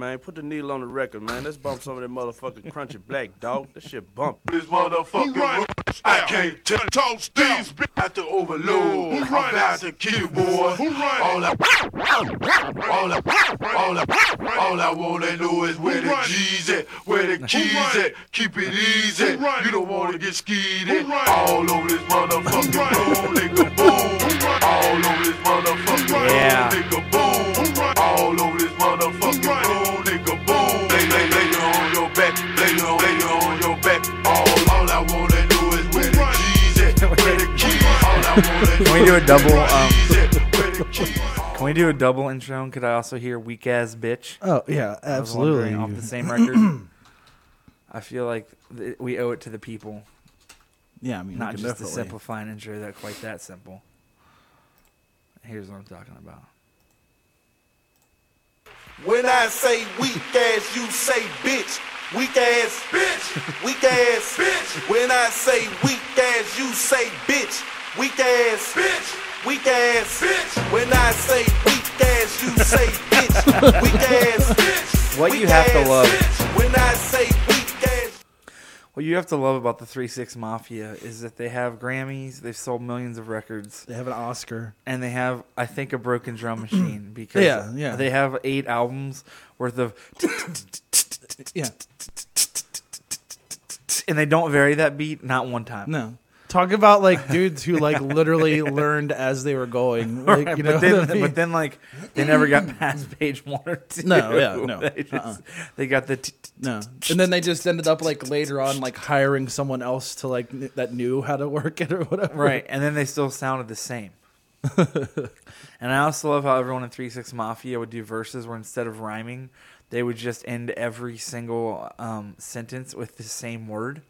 man. Put the needle on the record, man. Let's bump some of that motherfucking crunchy black dog. That shit bump. This motherfucker right. I can't tell toast these bitch at the overload. Who right out the kill boy? Who right? All I all I all I all I wanna know is where the G's at, where the keys at. Keep it easy. You don't wanna get skied at. All over this motherfucking road, nigga boom. All over this motherfucking Yeah. road, nigga boom. All over this motherfucking road, nigga boom. Lay, lay, lay it on your back, lay it on, lay it on your back. All, all I wanna know is where the keys at, where the keys. All I wanna know Can we do a double? Um, is where the keys at, where the keys. can we do a double intro? And could I also hear "weak ass bitch"? Oh yeah, I was wondering, absolutely. Off the same record. I feel like th- we owe it to the people, yeah, I mean, not we just to can definitely- simplify an intro that quite that simple. Here's what I'm talking about. When I say weak ass, you say bitch. Weak ass, bitch. Weak ass, bitch. When I say weak ass, you say bitch. Weak ass, bitch. Weak ass, bitch. When I say weak ass, you say bitch. Weak ass, bitch. What Weak you have to ass, love. bitch. When I say weak ass. What you have to love about the Three Six Mafia is that they have Grammys, they've sold millions of records, They have an Oscar. and they have, I think, a broken drum machine because Yeah, yeah. they have eight albums worth of, Yeah, and they don't vary that beat not one time. no. Talk about like dudes who like literally learned as they were going. Like, you know but what I then, mean? but then, like they never got past page one or two. No, yeah, no, They, just, uh-uh. they got the. T- t- No. And then they just ended up like later on like hiring someone else to like kn- that knew how to work it or whatever. Right, and then they still sounded the same. and I also love how everyone in Three Six Mafia would do verses where instead of rhyming, they would just end every single um, sentence with the same word.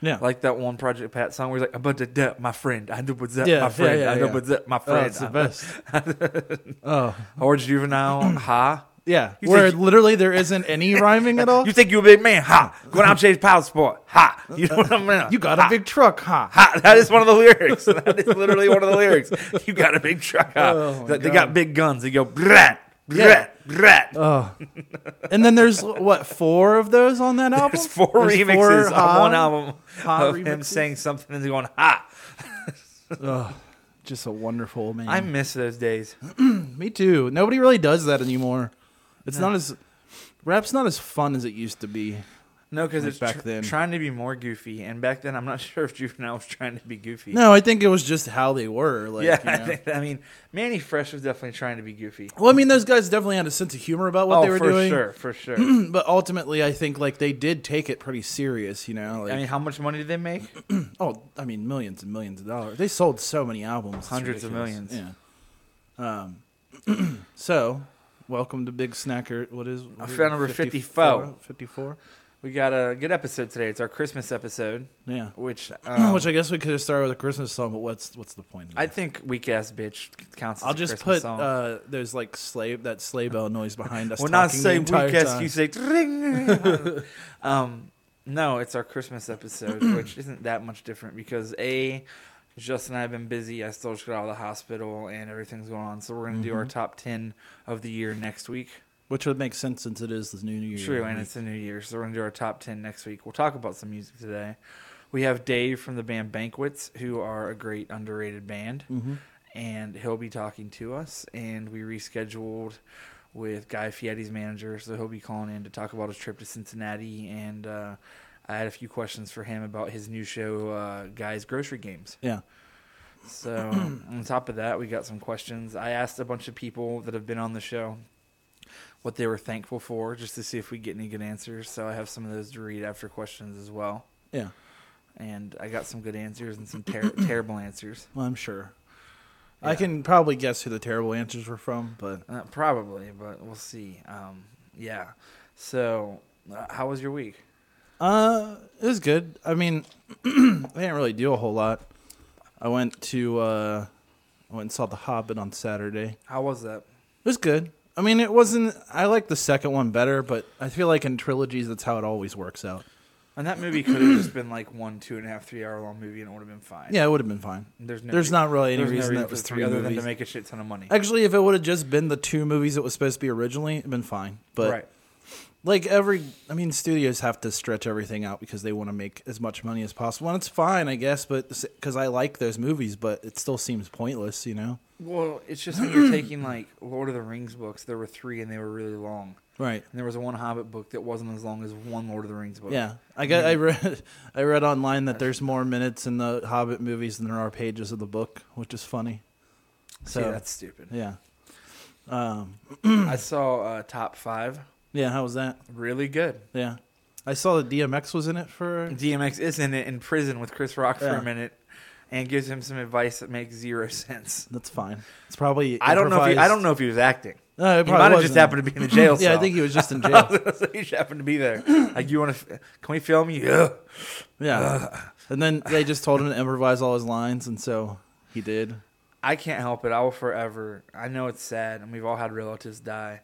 Yeah. Like that one Project Pat song where he's like, "I'm about to dip my friend. I do what's up, Yeah, my yeah, friend. yeah, I do yeah. what's up, my oh, friend." it's the best. oh. Or juvenile, ha. Yeah. You Where think- literally there isn't any rhyming at all. You think you a big man? Ha. Go down and change power sport. Ha. You know what I mean? You got a big truck, huh? Ha, that is one of the lyrics. That is literally one of the lyrics. You got a big truck. Huh? Oh, my they, they God. got big guns. They go brat, Yeah. brat, brat. Oh. And then there's what, four of those on that album? There's four There's remixes four, on huh? one album ha of him remixes? saying something and going ha. Just a wonderful man. I miss those days. Me too. Nobody really does that anymore. It's not as rap's not as fun as it used to be. No, because Like it's back tr- then. trying to be more goofy, and back then I'm not sure if Juvenile was trying to be goofy. No, I think it was just how they were. Like, yeah, you I, know. think, I mean Manny Fresh was definitely trying to be goofy. Well, I mean, those guys definitely had a sense of humor about what oh, they were for doing. sure, for sure. I But ultimately, I think like they did take it pretty serious. You know, like mean, how much money did they make? oh, I mean, millions and millions of dollars. They sold so many albums, It's Hundreds of ridiculous. millions. Yeah. Um. so, welcome to Big Snacker. What is what is found number 54. Fifty-four. We got a good episode today. It's our Christmas episode. Yeah. Which, um, Which I guess we could have started with a Christmas song, but what's what's the point? Of I that? think weak ass bitch counts. As I'll a just Christmas put song. uh, there's like sleigh that sleigh bell noise behind us. we're not talking the saying weak entire ass. time. You say "Ring." um, no, it's our Christmas episode, which isn't that much different because a Justin and I have been busy. I still just got out of the hospital and everything's going on. So we're gonna do Mm-hmm. our top ten of the year next week. which would make sense since it is the new year. True, and it's the new year, so we're gonna do our top ten next week. We'll talk about some music today. We have Dave from the band Banquets, who are a great underrated band, and he'll be talking to us. And we rescheduled with Guy Fieri's manager, so he'll be calling in to talk about his trip to Cincinnati. And uh, I had a few questions for him about his new show, uh, Guy's Grocery Games. yeah. So on top of that, we got some questions. I asked a bunch of people that have been on the show what they were thankful for, just to see if we get any good answers. So I have some of those to read after questions as well. Yeah. And I got some good answers and some ter- terrible answers, Well, I'm sure. I can probably guess who the terrible answers were from, but uh, probably, but we'll see. Um, yeah. So uh, how was your week? uh, it was good. I mean, I didn't really do a whole lot. I went to uh, I went and saw The Hobbit on Saturday. How was that? It was good. I mean, it wasn't. I like the second one better, but I feel like in trilogies, that's how it always works out. And that movie could have just been like one, two and a half, three hour long movie, and it would have been fine. Yeah, it would have been fine. There's no. There's not really any there's no reason that for was the three other than movies. to make a shit ton of money. Actually, if it would have just been the two movies it was supposed to be originally, it'd been fine. But right. like every i mean studios have to stretch everything out because they want to make as much money as possible and it's fine i guess but because i like those movies but it still seems pointless you know Well, it's just when you're taking like Lord of the Rings books, there were three and they were really long. right And there was one Hobbit book that wasn't as long as one Lord of the Rings book. yeah i got i read i read online that there's more minutes in the hobbit movies than there are pages of the book which is funny so so that's stupid. yeah um I saw uh, top five, yeah how was that really good. yeah i saw that dmx was in it for DMX is in it in prison with Chris Rock for Yeah. a minute, and gives him some advice that makes zero sense. that's fine it's probably I don't know. If he, I improvised. don't know if he was acting. No, it he probably might have wasn't. just happened to be in the jail. yeah i cell. think he was just in jail he just happened to be there. Like, you want to? Can we film you? Yeah. Yeah. and then they just told him to improvise all his lines, and so he did. I can't help it. I will forever. I know it's sad, and we've all had relatives die.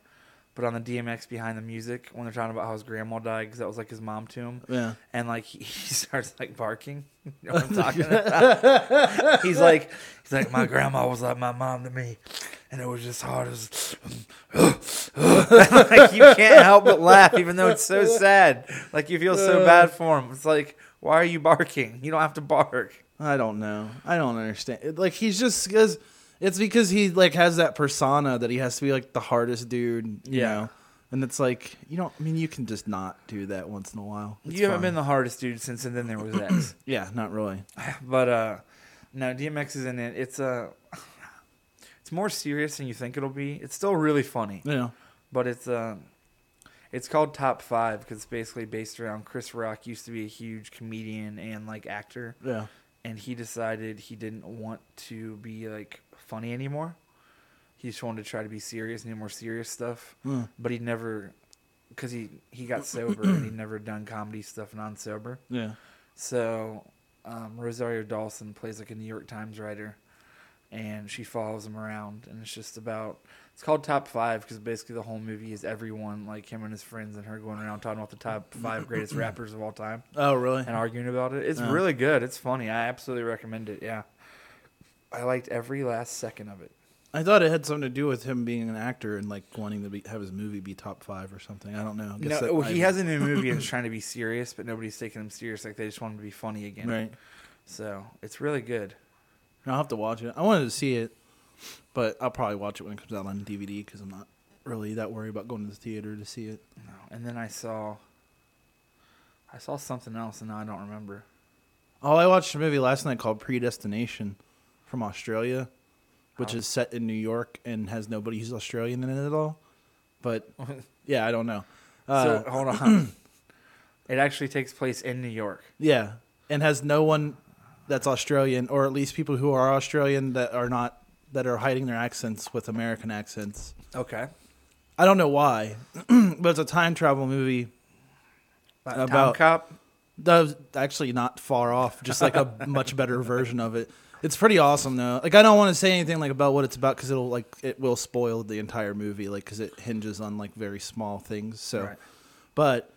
But on the DMX behind the music, when they're talking about how his grandma died, because that was like his mom to him, Yeah. and like he, he starts like barking. You know what I'm talking about? he's like, he's like, my grandma was like my mom to me, and it was just hard as. like you can't help but laugh, even though it's so sad. Like you feel so bad for him. It's like, why are you barking? You don't have to bark. I don't know. I don't understand. It- Like he's just because it's because he like has that persona that he has to be like the hardest dude. You Yeah. Know? And it's like you don't. I mean, you can just not do that once in a while. It's you haven't fine. been the hardest dude since, and then there was X. Yeah, not really. But uh no, DMX is in it. It's uh it's more serious than you think it'll be. It's still really funny, You know. but it's uh it's called Top Five because it's basically based around Chris Rock used to be a huge comedian and like actor, Yeah. and he decided he didn't want to be like funny anymore. He just wanted to try to be serious and do more serious stuff, Mm. but he never because he he got sober and he never done comedy stuff non sober. Yeah. So um, Rosario Dawson plays like a New York Times writer, and she follows him around, and it's just about. It's called Top Five because basically the whole movie is everyone like him and his friends and her going around talking about the top five greatest rappers of all time Oh, really? and arguing about it. It's Yeah. really good. It's funny. I absolutely recommend it. Yeah, I liked every last second of it. I thought it had something to do with him being an actor and like wanting to be, have his movie be top five or something. I don't know. I No, guess that well, might he be- has a new movie and is trying to be serious, but nobody's taking him serious. Like they just want him to be funny again. right. So it's really good. I'll have to watch it. I wanted to see it, but I'll probably watch it when it comes out on DVD because I'm not really that worried about going to the theater to see it. No, and then I saw, I saw something else, and now I don't remember. Oh, I watched a movie last night called Predestination from Australia, which is set in New York and has nobody who's Australian in it at all. But yeah, I don't know. Uh, so hold on, it actually takes place in New York. yeah, and has no one that's Australian, or at least people who are Australian that are not that are hiding their accents with American accents. Okay, I don't know why, but it's a time travel movie. about Uh, Tom About- Cop. That was actually not far off, just like a much better version of it. It's pretty awesome though. Like I don't want to say anything like about what it's about because it'll like it will spoil the entire movie, like because it hinges on like very small things. So, Right. but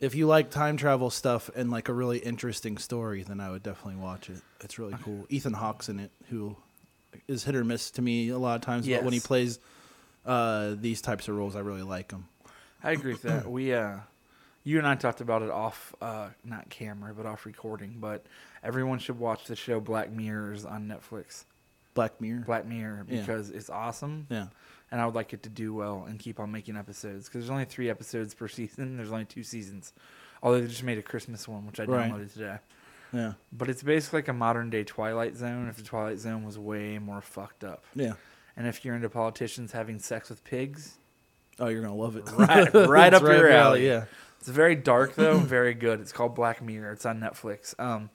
if you like time travel stuff and like a really interesting story, then I would definitely watch it. It's really cool. Ethan Hawke's in it, who is hit or miss to me a lot of times, but when he Yes. plays uh, these types of roles, I really like him. I agree with that. We, uh, you and I talked about it off, uh, not camera, but off recording. But everyone should watch the show Black Mirrors on Netflix. Black Mirror. Black Mirror Yeah. because it's awesome. Yeah. and I would like it to do well and keep on making episodes because there's only three episodes per season. There's only two seasons, although they just made a Christmas one, which I Right. downloaded today. Yeah. But it's basically like a modern day Twilight Zone. If the Twilight Zone was way more fucked up, Yeah. and if you're into politicians having sex with pigs, Oh, you're gonna love it. right, right up It's your alley. Yeah. It's very dark though, and very good. It's called Black Mirror. It's on Netflix. Um,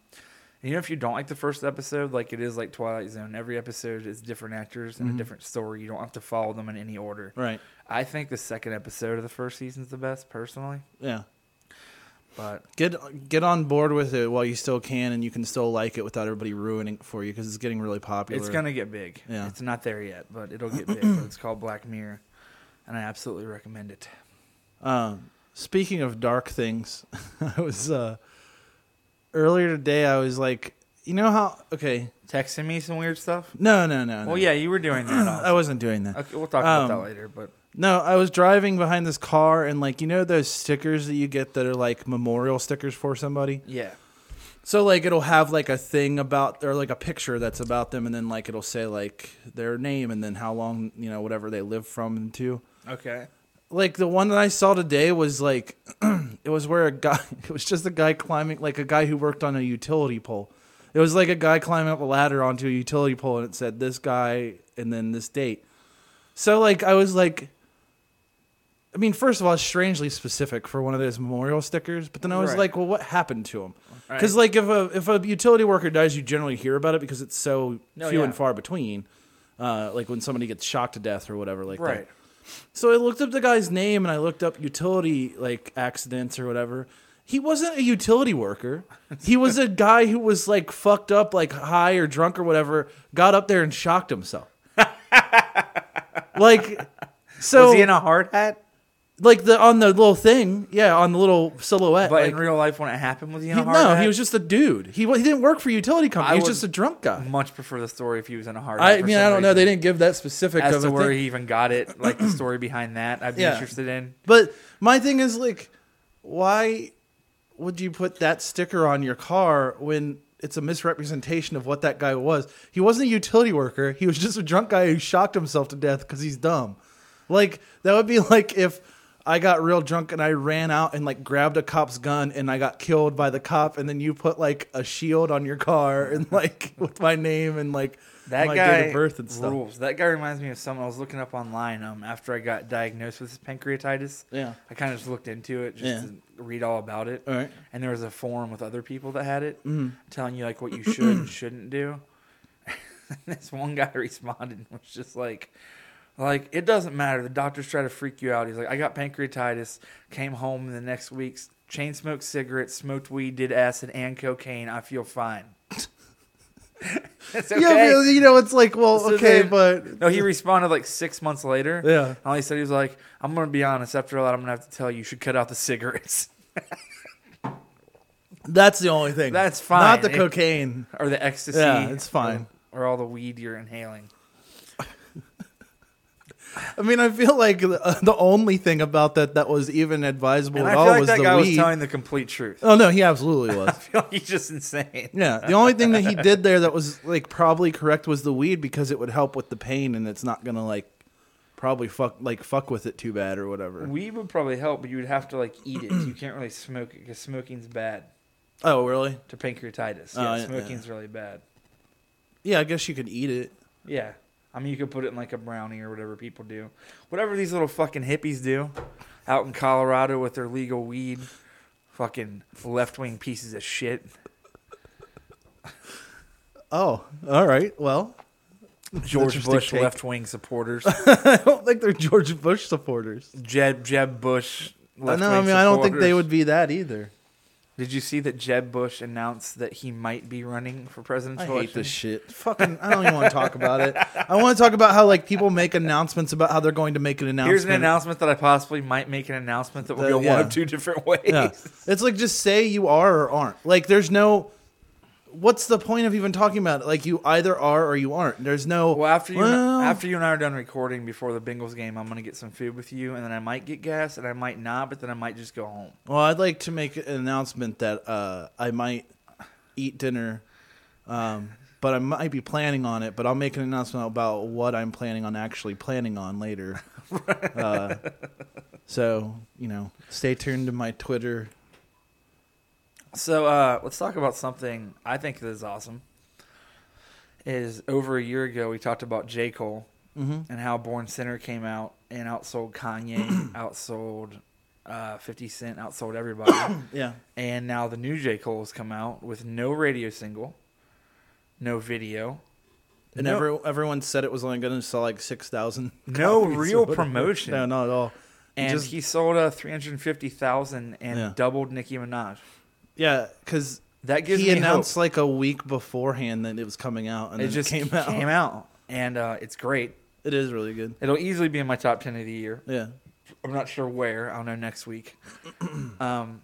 and you know if you don't like the first episode, like it is like Twilight Zone. Every episode is different actors Mm-hmm. and a different story. You don't have to follow them in any order. Right. I think the second episode of the first season's the best, personally. Yeah. But Get get on board with it while you still can, and you can still like it without everybody ruining it for you because it's getting really popular. it's gonna get big. Yeah. It's not there yet, but it'll get big. it's called Black Mirror, and I absolutely recommend it. Um, speaking of dark things, I was uh, earlier today. I was like, you know how? Okay. Texting me some weird stuff. No, no, no. no. Well, yeah, you were doing that. I Also. wasn't doing that. Okay, we'll talk about Um, that later. But No, I was driving behind this car and like you know those stickers that you get that are like memorial stickers for somebody. Yeah. So like it'll have like a thing about or like a picture that's about them, and then like it'll say like their name and then how long you know whatever they live from and to. Okay. Like the one that I saw today was like it was where a guy it was just a guy climbing like a guy who worked on a utility pole. It was like a guy climbing up a ladder onto a utility pole, and it said this guy and then this date. So like I was like. I mean, first of all, it's strangely specific for one of those memorial stickers. But then I was Right. like, well, what happened to him? Because like if a if a utility worker dies, you generally hear about it because it's so No, few yeah. and far between. Uh, like when somebody gets shocked to death or whatever, like that. Right. So I looked up the guy's name and I looked up utility like accidents or whatever. He wasn't a utility worker. He was a guy who was like fucked up, like high or drunk or whatever, got up there and shocked himself. like so Was he in a hard hat? like the on the little thing, yeah, on the little silhouette. But like- in real life, when it happened, was he in he- a hard no, hat? he was just a dude. He wa- he didn't work for a utility company. I he was would- just a drunk guy. Much prefer the story if he was in a hard hat. I for mean, some I don't know. reason. They didn't give that specific as of to a where thing. he even got it, like the story behind that. I'd be Yeah. interested in. But my thing is like, why would you put that sticker on your car when it's a misrepresentation of what that guy was? He wasn't a utility worker. He was just a drunk guy who shocked himself to death because he's dumb. Like that would be like if I got real drunk and I ran out and like grabbed a cop's gun and I got killed by the cop and then you put like a shield on your car and like with my name and like That my guy date of birth and stuff. rules. That guy reminds me of someone I was looking up online. Um, after I got diagnosed with pancreatitis, Yeah. I kind of just looked into it just Yeah. to read all about it. All right. Mm-hmm. And there was a forum with other people that had it, telling you like what you should and shouldn't do. and this one guy responded and was just like, like it doesn't matter. The doctors try to freak you out. He's like, I got pancreatitis. Came home the next week, chain smoked cigarettes, smoked weed, did acid and cocaine. I feel fine. It's okay. Yeah, but, you know, it's like, well, So okay, then- but No, he responded like six months later. Yeah. And all he said, he was like, I'm going to be honest. After all that, I'm going to have to tell you, you should cut out the cigarettes That's the only thing. That's fine. Not the It- cocaine. or the ecstasy. Yeah, it's fine. Or, or all the weed you're inhaling. I mean, I feel like the, uh, the only thing about that that was even advisable And at I all feel like was that the guy weed. was telling the complete truth. oh no, he absolutely was. I feel like he's just insane. yeah, the only thing that he did there that was like probably correct was the weed because it would help with the pain and it's not gonna like probably fuck like fuck with it too bad or whatever. Weed would probably help, but you would have to like eat it. you can't really smoke it because smoking's bad Oh really? to pancreatitis. Oh, Yeah, yeah, yeah. smoking's really bad. Yeah, I guess you could eat it. Yeah. I mean, you could put it in like a brownie or whatever people do. Whatever these little fucking hippies do out in Colorado with their legal weed, fucking left wing pieces of shit. Oh, all right. Well, George Interesting Bush take. left wing supporters. I don't think they're George Bush supporters. Jeb Jeb Bush. I left know. I mean, I don't think they would be that either. Did you see that Jeb Bush announced that he might be running for I presidential hate election? this shit. Fucking, I don't even want to talk about it. I want to talk about how like people make announcements about how they're going to make an announcement. Here's an announcement that I possibly might make an announcement that will The- go yeah. one of two different ways. Yeah. It's like just say you are or aren't. Like there's no. What's the point of even talking about it? Like you either are or you aren't. There's no. Well, after you Well, after you and I are done recording before the Bengals game, I'm gonna get some food with you, and then I might get gas, and I might not, but then I might just go home. well, I'd like to make an announcement that uh, I might eat dinner, um, but I might be planning on it. But I'll make an announcement about what I'm planning on actually planning on later. uh, so you know, stay tuned to my Twitter. So uh, let's talk about something I think that is awesome. Is over a year ago we talked about J Cole and how Born Center came out and outsold Kanye, outsold uh, Fifty Cent, outsold everybody. Yeah. And now the new J. Cole has come out with no radio single, no video, And No. every, everyone said it was only going to sell like 6,000. No copies or real whatever. promotion. No, not at all. and Just- he sold uh, 350,000 and Yeah. doubled Nicki Minaj. Yeah, because That gives he me announced hope. like a week beforehand that it was coming out and it then just it came out. and uh, it's great. It is really good. It'll easily be in my top 10 of the year. Yeah. I'm not sure where. I'll know next week. um,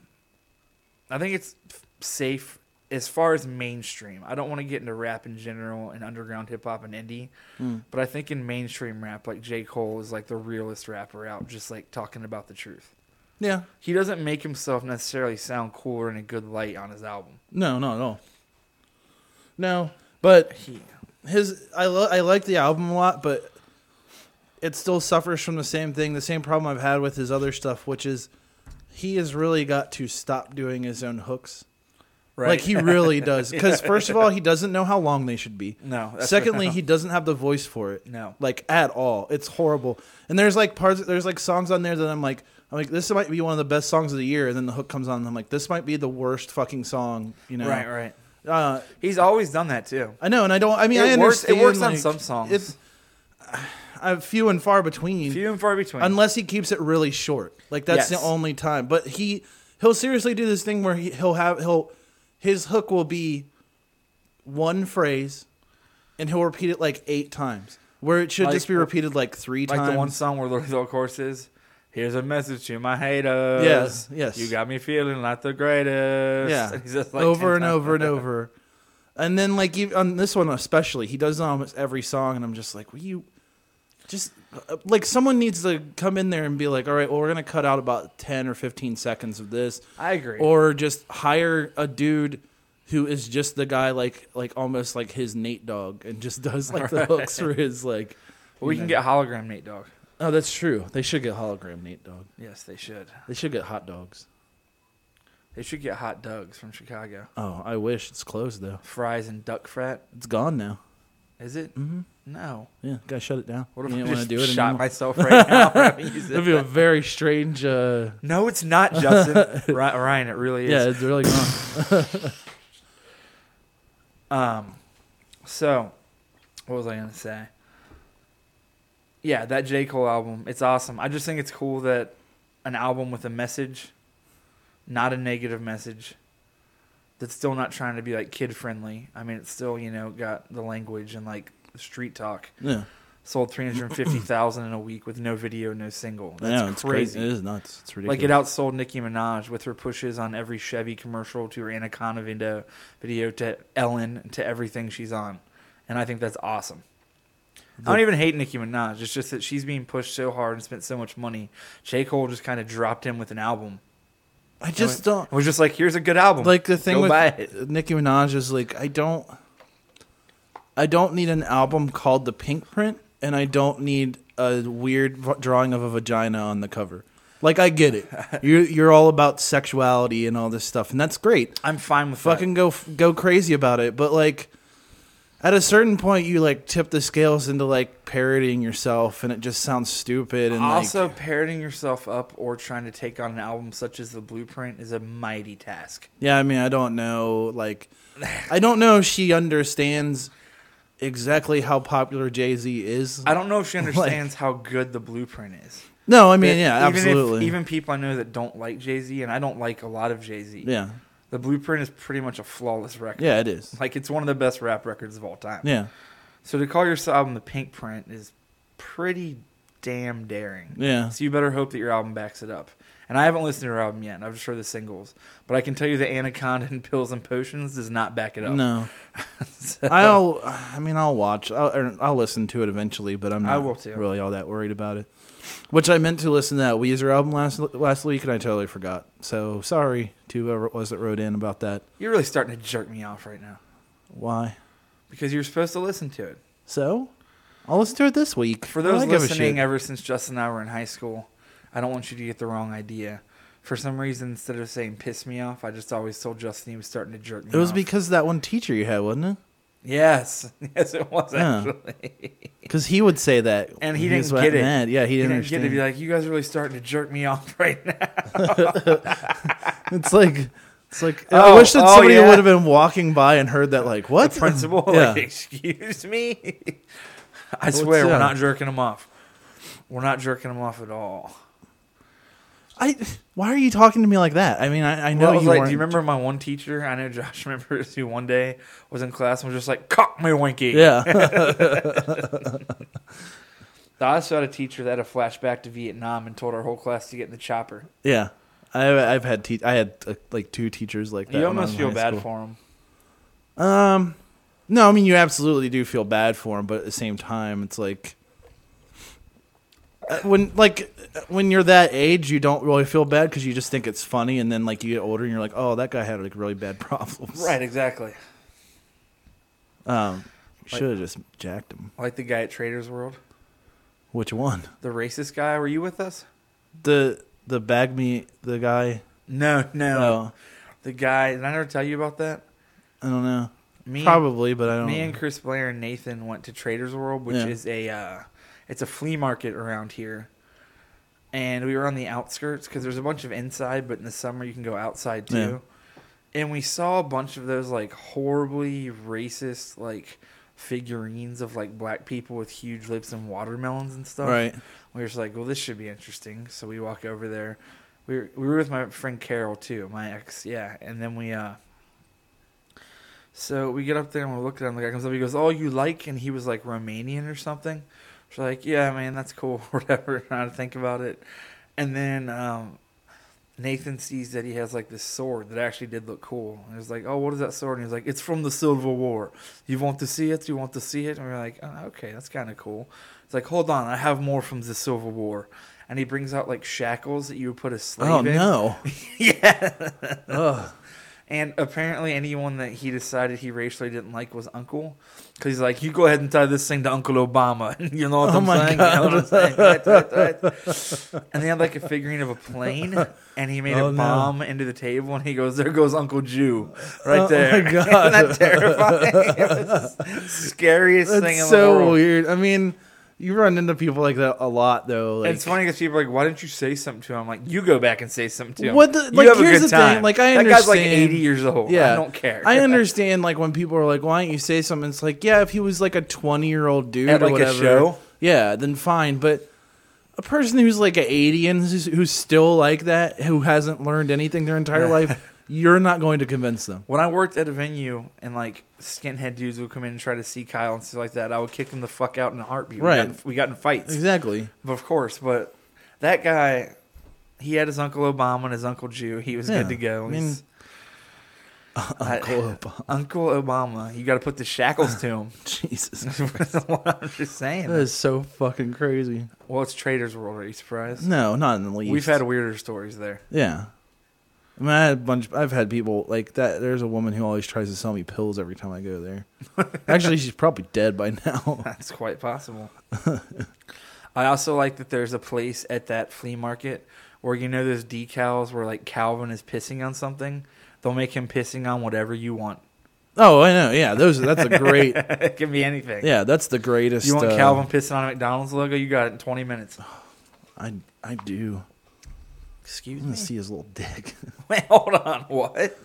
I think it's f- safe as far as mainstream, I don't want to get into rap in general and underground hip hop and indie, Hmm. but I think in mainstream rap, like J. Cole is like the realest rapper out, just like talking about the truth. Yeah. He doesn't make himself necessarily sound cool or in a good light on his album. No, not at all. No, but He, his I lo- I like the album a lot, but it still suffers from the same thing, the same problem I've had with his other stuff, which is he has really got to stop doing his own hooks. Like he really does, because first of all, he doesn't know how long they should be. No, that's- Secondly, he doesn't have the voice for it. No. Like at all. It's horrible. And there's like parts. There's like songs on there that I'm like, I'm like, this might be one of the best songs of the year. And then the hook comes on, and I'm like, this might be the worst fucking song. You know. right, right. Uh, He's always done that too. I know, and I don't. I mean, I it works. It understand. works on like, some songs. It's uh, few and far between, Few and far between. unless he keeps it really short. Like that's Yes. the only time. But he he'll seriously do this thing where he, he'll have he'll his hook will be one phrase, and he'll repeat it like eight times. Where it should Like- just be repeated like three like times. the one song where Lord of the Course is, "Here's a message to my haters. Yes, yes. You got me feeling like the greatest. yeah, And he's just like over 10 and times. over and over. And then like ev- on this one especially, he does it on almost every song, and I'm just like, will you? Just uh, like someone needs to come in there and be like, all right, well, we're gonna cut out about ten or fifteen seconds of this. I agree. Or just hire a dude who is just the guy, like like almost like his Nate Dog, and just does like the hooks for his like. But we can get hologram Nate Dog. Oh, that's true. They should get hologram Nate Dog. Yes, they should. They should get hot dogs. They should get hot dogs from Chicago. Oh, I wish it's closed though. Fries and duck frat. It's gone now. Is it? Mm-hmm. No. Yeah, gotta shut it down. What if You I didn't just wanna do it shot anymore. myself right now? Ryan? Use That'd it. be a very strange. Uh, no, it's not Justin. Ri- Ryan, it really is. yeah, it's really gone. Um, so what was I gonna say? Yeah, that J Cole album, it's awesome. I just think it's cool that an album with a message, not a negative message, that's still not trying to be like kid friendly. I mean, it's still you know got the language and like street talk. Yeah, Sold three hundred fifty thousand in a week with no video, no single. That's yeah, it's crazy. It is nuts. It's ridiculous. Like it outsold Nicki Minaj with her pushes on every Chevy commercial to her Anaconda video, video to Ellen to everything she's on, and I think that's awesome. I don't even hate Nicki Minaj. It's just that she's being pushed so hard and spent so much money. J Cole just kind of dropped in with an album. I just don't It was just like, here's a good album. like the thing Go buy it. with Nicki Minaj is like I don't, I don't need an album called The Pink Print, and I don't need a weird v- drawing of a vagina on the cover. Like I get it. You're you're all about sexuality and all this stuff, and that's great. I'm fine with fucking go go crazy about it. But like, at a certain point, you like tip the scales into like parodying yourself, and it just sounds stupid. And That. Also, like, parroting yourself up or trying to take on an album such as The Blueprint is a mighty task. yeah, I mean, I don't know. Like, I don't know if she understands exactly how popular Jay Z is. I don't know if she understands how good The Blueprint is. No, I mean, yeah, even if- absolutely. even people I know that don't like Jay Z, and I don't like a lot of Jay Z. yeah, The Blueprint is pretty much a flawless record. yeah, it is. Like it's one of the best rap records of all time. Yeah, So to call your album the Pink Print is pretty damn daring. Yeah. So you better hope that your album backs it up. And I haven't listened to her album yet. I've just heard the singles, but I can tell you that Anaconda and Pills and Potions does not back it up. no. I'll. I mean, I'll watch. I'll, or I'll listen to it eventually, but I'm not I will too. really all that worried about it. Which I meant to listen to that Weezer album last last week, and I totally forgot. So sorry to whoever it was that wrote in about that. You're really starting to jerk me off right now Why? because you're supposed to listen to it. So I'll listen to it this week. For I don't those give a listening, shit. ever since Justin and I were in high school, I don't want you to get the wrong idea. For some reason, instead of saying "piss me off," I just always told Justin he was starting to jerk me. it was off. because of that one teacher you had, wasn't it? yes, yes, it was Yeah. actually, Because he would say that, and he, was didn't get it. mad. Yeah, he didn't, get understand. it. He'd Be like, you guys are really starting to jerk me off right now. it's like. It's like Oh, I wish that oh, somebody yeah. would have been walking by and heard that. Like what? Principal, yeah. like, excuse me. I swear, yeah. we're not jerking him off. We're not jerking him off at all. I why are you talking to me like that? I mean, I, I know Well, I was you like, weren't. do you remember my one teacher? I know Josh remembers who one day was in class and was just like, cock me winky. Yeah, I also had a teacher that had a flashback to Vietnam and told our whole class to get in the chopper. yeah. I, I've had te- I had uh, like two teachers like that. you when I was almost in feel high bad school. for him. Um, no, I mean you absolutely do feel bad for him, but at the same time, it's like uh, when like when you're that age, you don't really feel bad because you just think it's funny, and then like you get older and you're like, oh, that guy had like really bad problems. Right, exactly. Um, should have just jacked him. Like the guy at Trader's World, Which one? the racist guy. Were you with us? The the bag me the guy. No, no. No, The guy. Did I never tell you about that? I don't know. Me, Probably, but I don't. Me and Chris Blair and Nathan went to Trader's World, which Yeah. is a uh, it's a flea market around here. And we were on the outskirts because there's a bunch of inside, but in the summer you can go outside too. Yeah. And we saw a bunch of those like horribly racist like figurines of like black people with huge lips and watermelons and stuff. Right. We were just like, well, this should be interesting. So we walk over there. We were, we were with my friend Carol too, my ex. Yeah. And then we, uh, so we get up there and we're looking at him. The guy comes up. He goes, "Oh, you like?" And he was like Romanian or something. She's like, "Yeah, man, that's cool. Whatever." Trying to think about it, and then um, Nathan sees that he has like this sword that actually did look cool. And he's like, "Oh, what is that sword?" And he's like, "It's from the Civil War. You want to see it? You want to see it?" And we're like, oh, "Okay, that's kind of cool." It's like, "Hold on, I have more from the Civil War." And he brings out like shackles that you would put a slave Oh in. no! yeah. Ugh. And apparently, anyone that he decided he racially didn't like was Uncle, because he's like, "You go ahead and tie this thing to Uncle Obama." you know what Oh I'm my saying? You know what I'm saying? Right, right, right. and they had like a figurine of a plane, and he made Oh, a no. bomb into the table, and he goes, "There goes Uncle Jew," Oh, right my there. God. Isn't that terrifying? It was the scariest thing in That's the so world. weird. I mean, you run into people like that a lot, though. Like, And it's funny because people are like, "Why didn't you say something to him?" I'm like, "You go back and say something to him." What the- You like, have a here's good the thing, time. like, I that guy's like understand- 80 years old. Yeah, I don't care. I understand like when people are like, "Why don't you say something?" It's like, yeah, if he was like a twenty-year-old dude At, or like, a whatever, show? yeah, then fine. But a person who's like an eighty and who's, who's still like that, who hasn't learned anything their entire life, you're not going to convince them. When I worked at a venue and like skinhead dudes would come in and try to see Kyle and stuff like that, I would kick them the fuck out in a heartbeat. We Right. got in, we got in fights, Exactly. of course. But that guy, he had his uncle Obama and his uncle Jew. He was Yeah, good to go. I mean- He's- I- Uncle Obama. Uncle Obama. You got to put the shackles to him. Jesus, That's what I'm just saying. that is so fucking crazy. Well, it's Trader's World. Are you surprised? No, not in the least. We've had weirder stories there. Yeah. I mean, I had a bunch. I've had people like that. There's a woman who always tries to sell me pills every time I go there. Actually, she's probably dead by now. That's quite possible. I also like that there's a place at that flea market where you know those decals where like Calvin is pissing on something. They'll make him pissing on whatever you want. Oh, I know. Yeah, those. That's a great. it can be anything. Yeah, that's the greatest. You want uh, Calvin pissing on a McDonald's logo? You got it in 20 minutes. I I do. Excuse I want me. to see his little dick. I Wait, hold on. What? want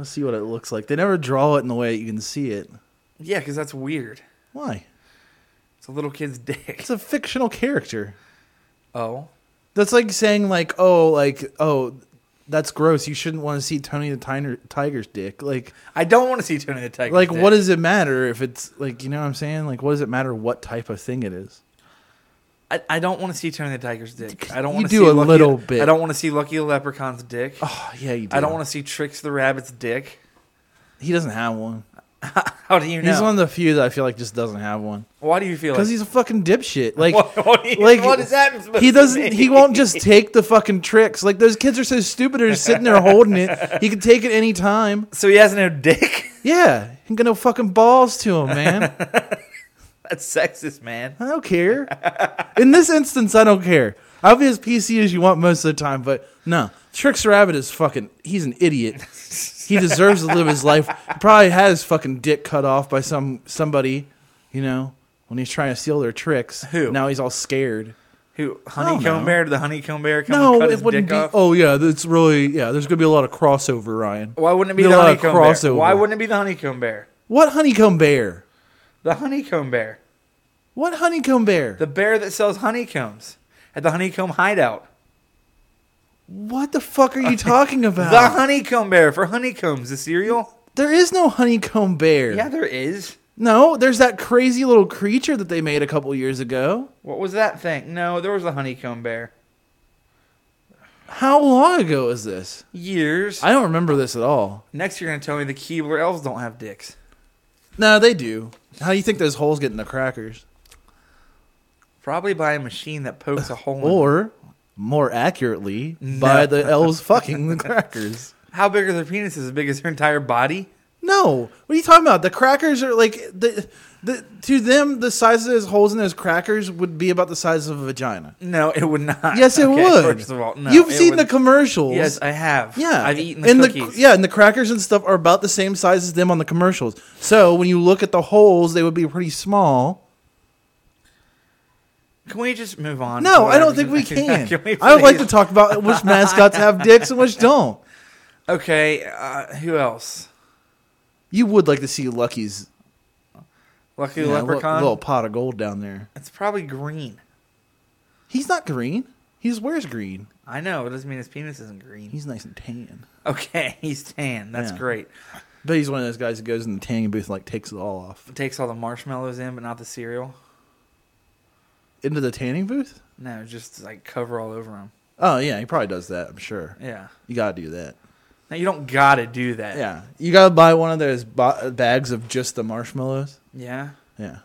to see what it looks like. They never draw it in the way that you can see it. Yeah, because that's weird. Why? It's a little kid's dick. It's a fictional character. Oh. That's like saying like, oh, like, oh, that's gross. You shouldn't want to see Tony the Tiner, Tiger's dick. Like, I don't want to see Tony the Tiger. like dick. what does it matter if it's like you know what i'm saying like what does it matter what type of thing it is I, I don't want to see Tony the Tiger's dick. I don't You want to do see a Lucky- little bit. I don't want to see Lucky the Leprechaun's dick. oh yeah you do I don't want to see Tricks the Rabbit's dick. to he doesn't have one How do you know? he's one of the few that i feel like just doesn't have one Why do you feel like because he's a fucking dipshit like What- what do you- like what is that supposed he to doesn't he mean? won't just take the fucking tricks like those kids are so stupid they're just sitting there holding it he can take it any time so he has no dick? yeah he can get no fucking balls to him man That's sexist, man. I don't care. In this instance, I don't care. I'll be as PC as you want most of the time, but no. Trix Rabbit is fucking. He's an idiot. He deserves to live his life. He probably had his fucking dick cut off by some somebody, you know, when he's trying to steal their tricks. Who? Now he's all scared. Who know. honeycomb bear? Did the honeycomb bear come No, and cut it his wouldn't dick be. off? Oh yeah, that's really yeah. There's gonna be a lot of crossover, Ryan. Why wouldn't it be Be a the lot of honeycomb bear? crossover. Why wouldn't it be the honeycomb bear? What honeycomb bear? The honeycomb bear, What honeycomb bear? the bear that sells honeycombs at the honeycomb hideout. what the fuck are you talking about? The honeycomb bear for honeycombs, the cereal. there is no honeycomb bear. Yeah, there is. No, there's that crazy little creature that they made a couple years ago. What was that thing? No, there was a honeycomb bear. How long ago is this? Years. I don't remember this at all. Next, you're gonna tell me the Keebler elves don't have dicks. No, they do. How do you think those holes get in the crackers? Probably by a machine that pokes a hole. in it. Or, more accurately, by the elves fucking the crackers. how big are their penises? As big as their entire body? No, what are you talking about? The crackers are like the, the to them the size of those holes in those crackers would be about the size of a vagina. No, it would not. Yes, it Okay, would. First of all, no, you've it seen the wouldn't. commercials. Yes, I have. Yeah, I've eaten the and cookies. yeah, and the crackers and stuff are about the same size as them on the commercials. So when you look at the holes, they would be pretty small. Can we just move on? to No, I don't whatever- think we can. we I would like to please- talk about which mascots have dicks and which don't. Okay, uh, who else? You would like to see Lucky's Lucky you know, li- Leprechaun. little pot of gold down there. It's probably green. He's not green. He just wears green. I know. It doesn't mean his penis isn't green. He's nice and tan. okay, he's tan. That's Yeah. great. But he's one of those guys that goes in the tanning booth and like takes it all off. Takes all the marshmallows in, but not the cereal. Into the tanning booth? No, just like cover all over him. Oh yeah, he probably does that, I'm sure. Yeah. You gotta do that. Now you don't gotta do that. Yeah. You gotta buy one of those bo- bags of just the marshmallows. Yeah. Yeah.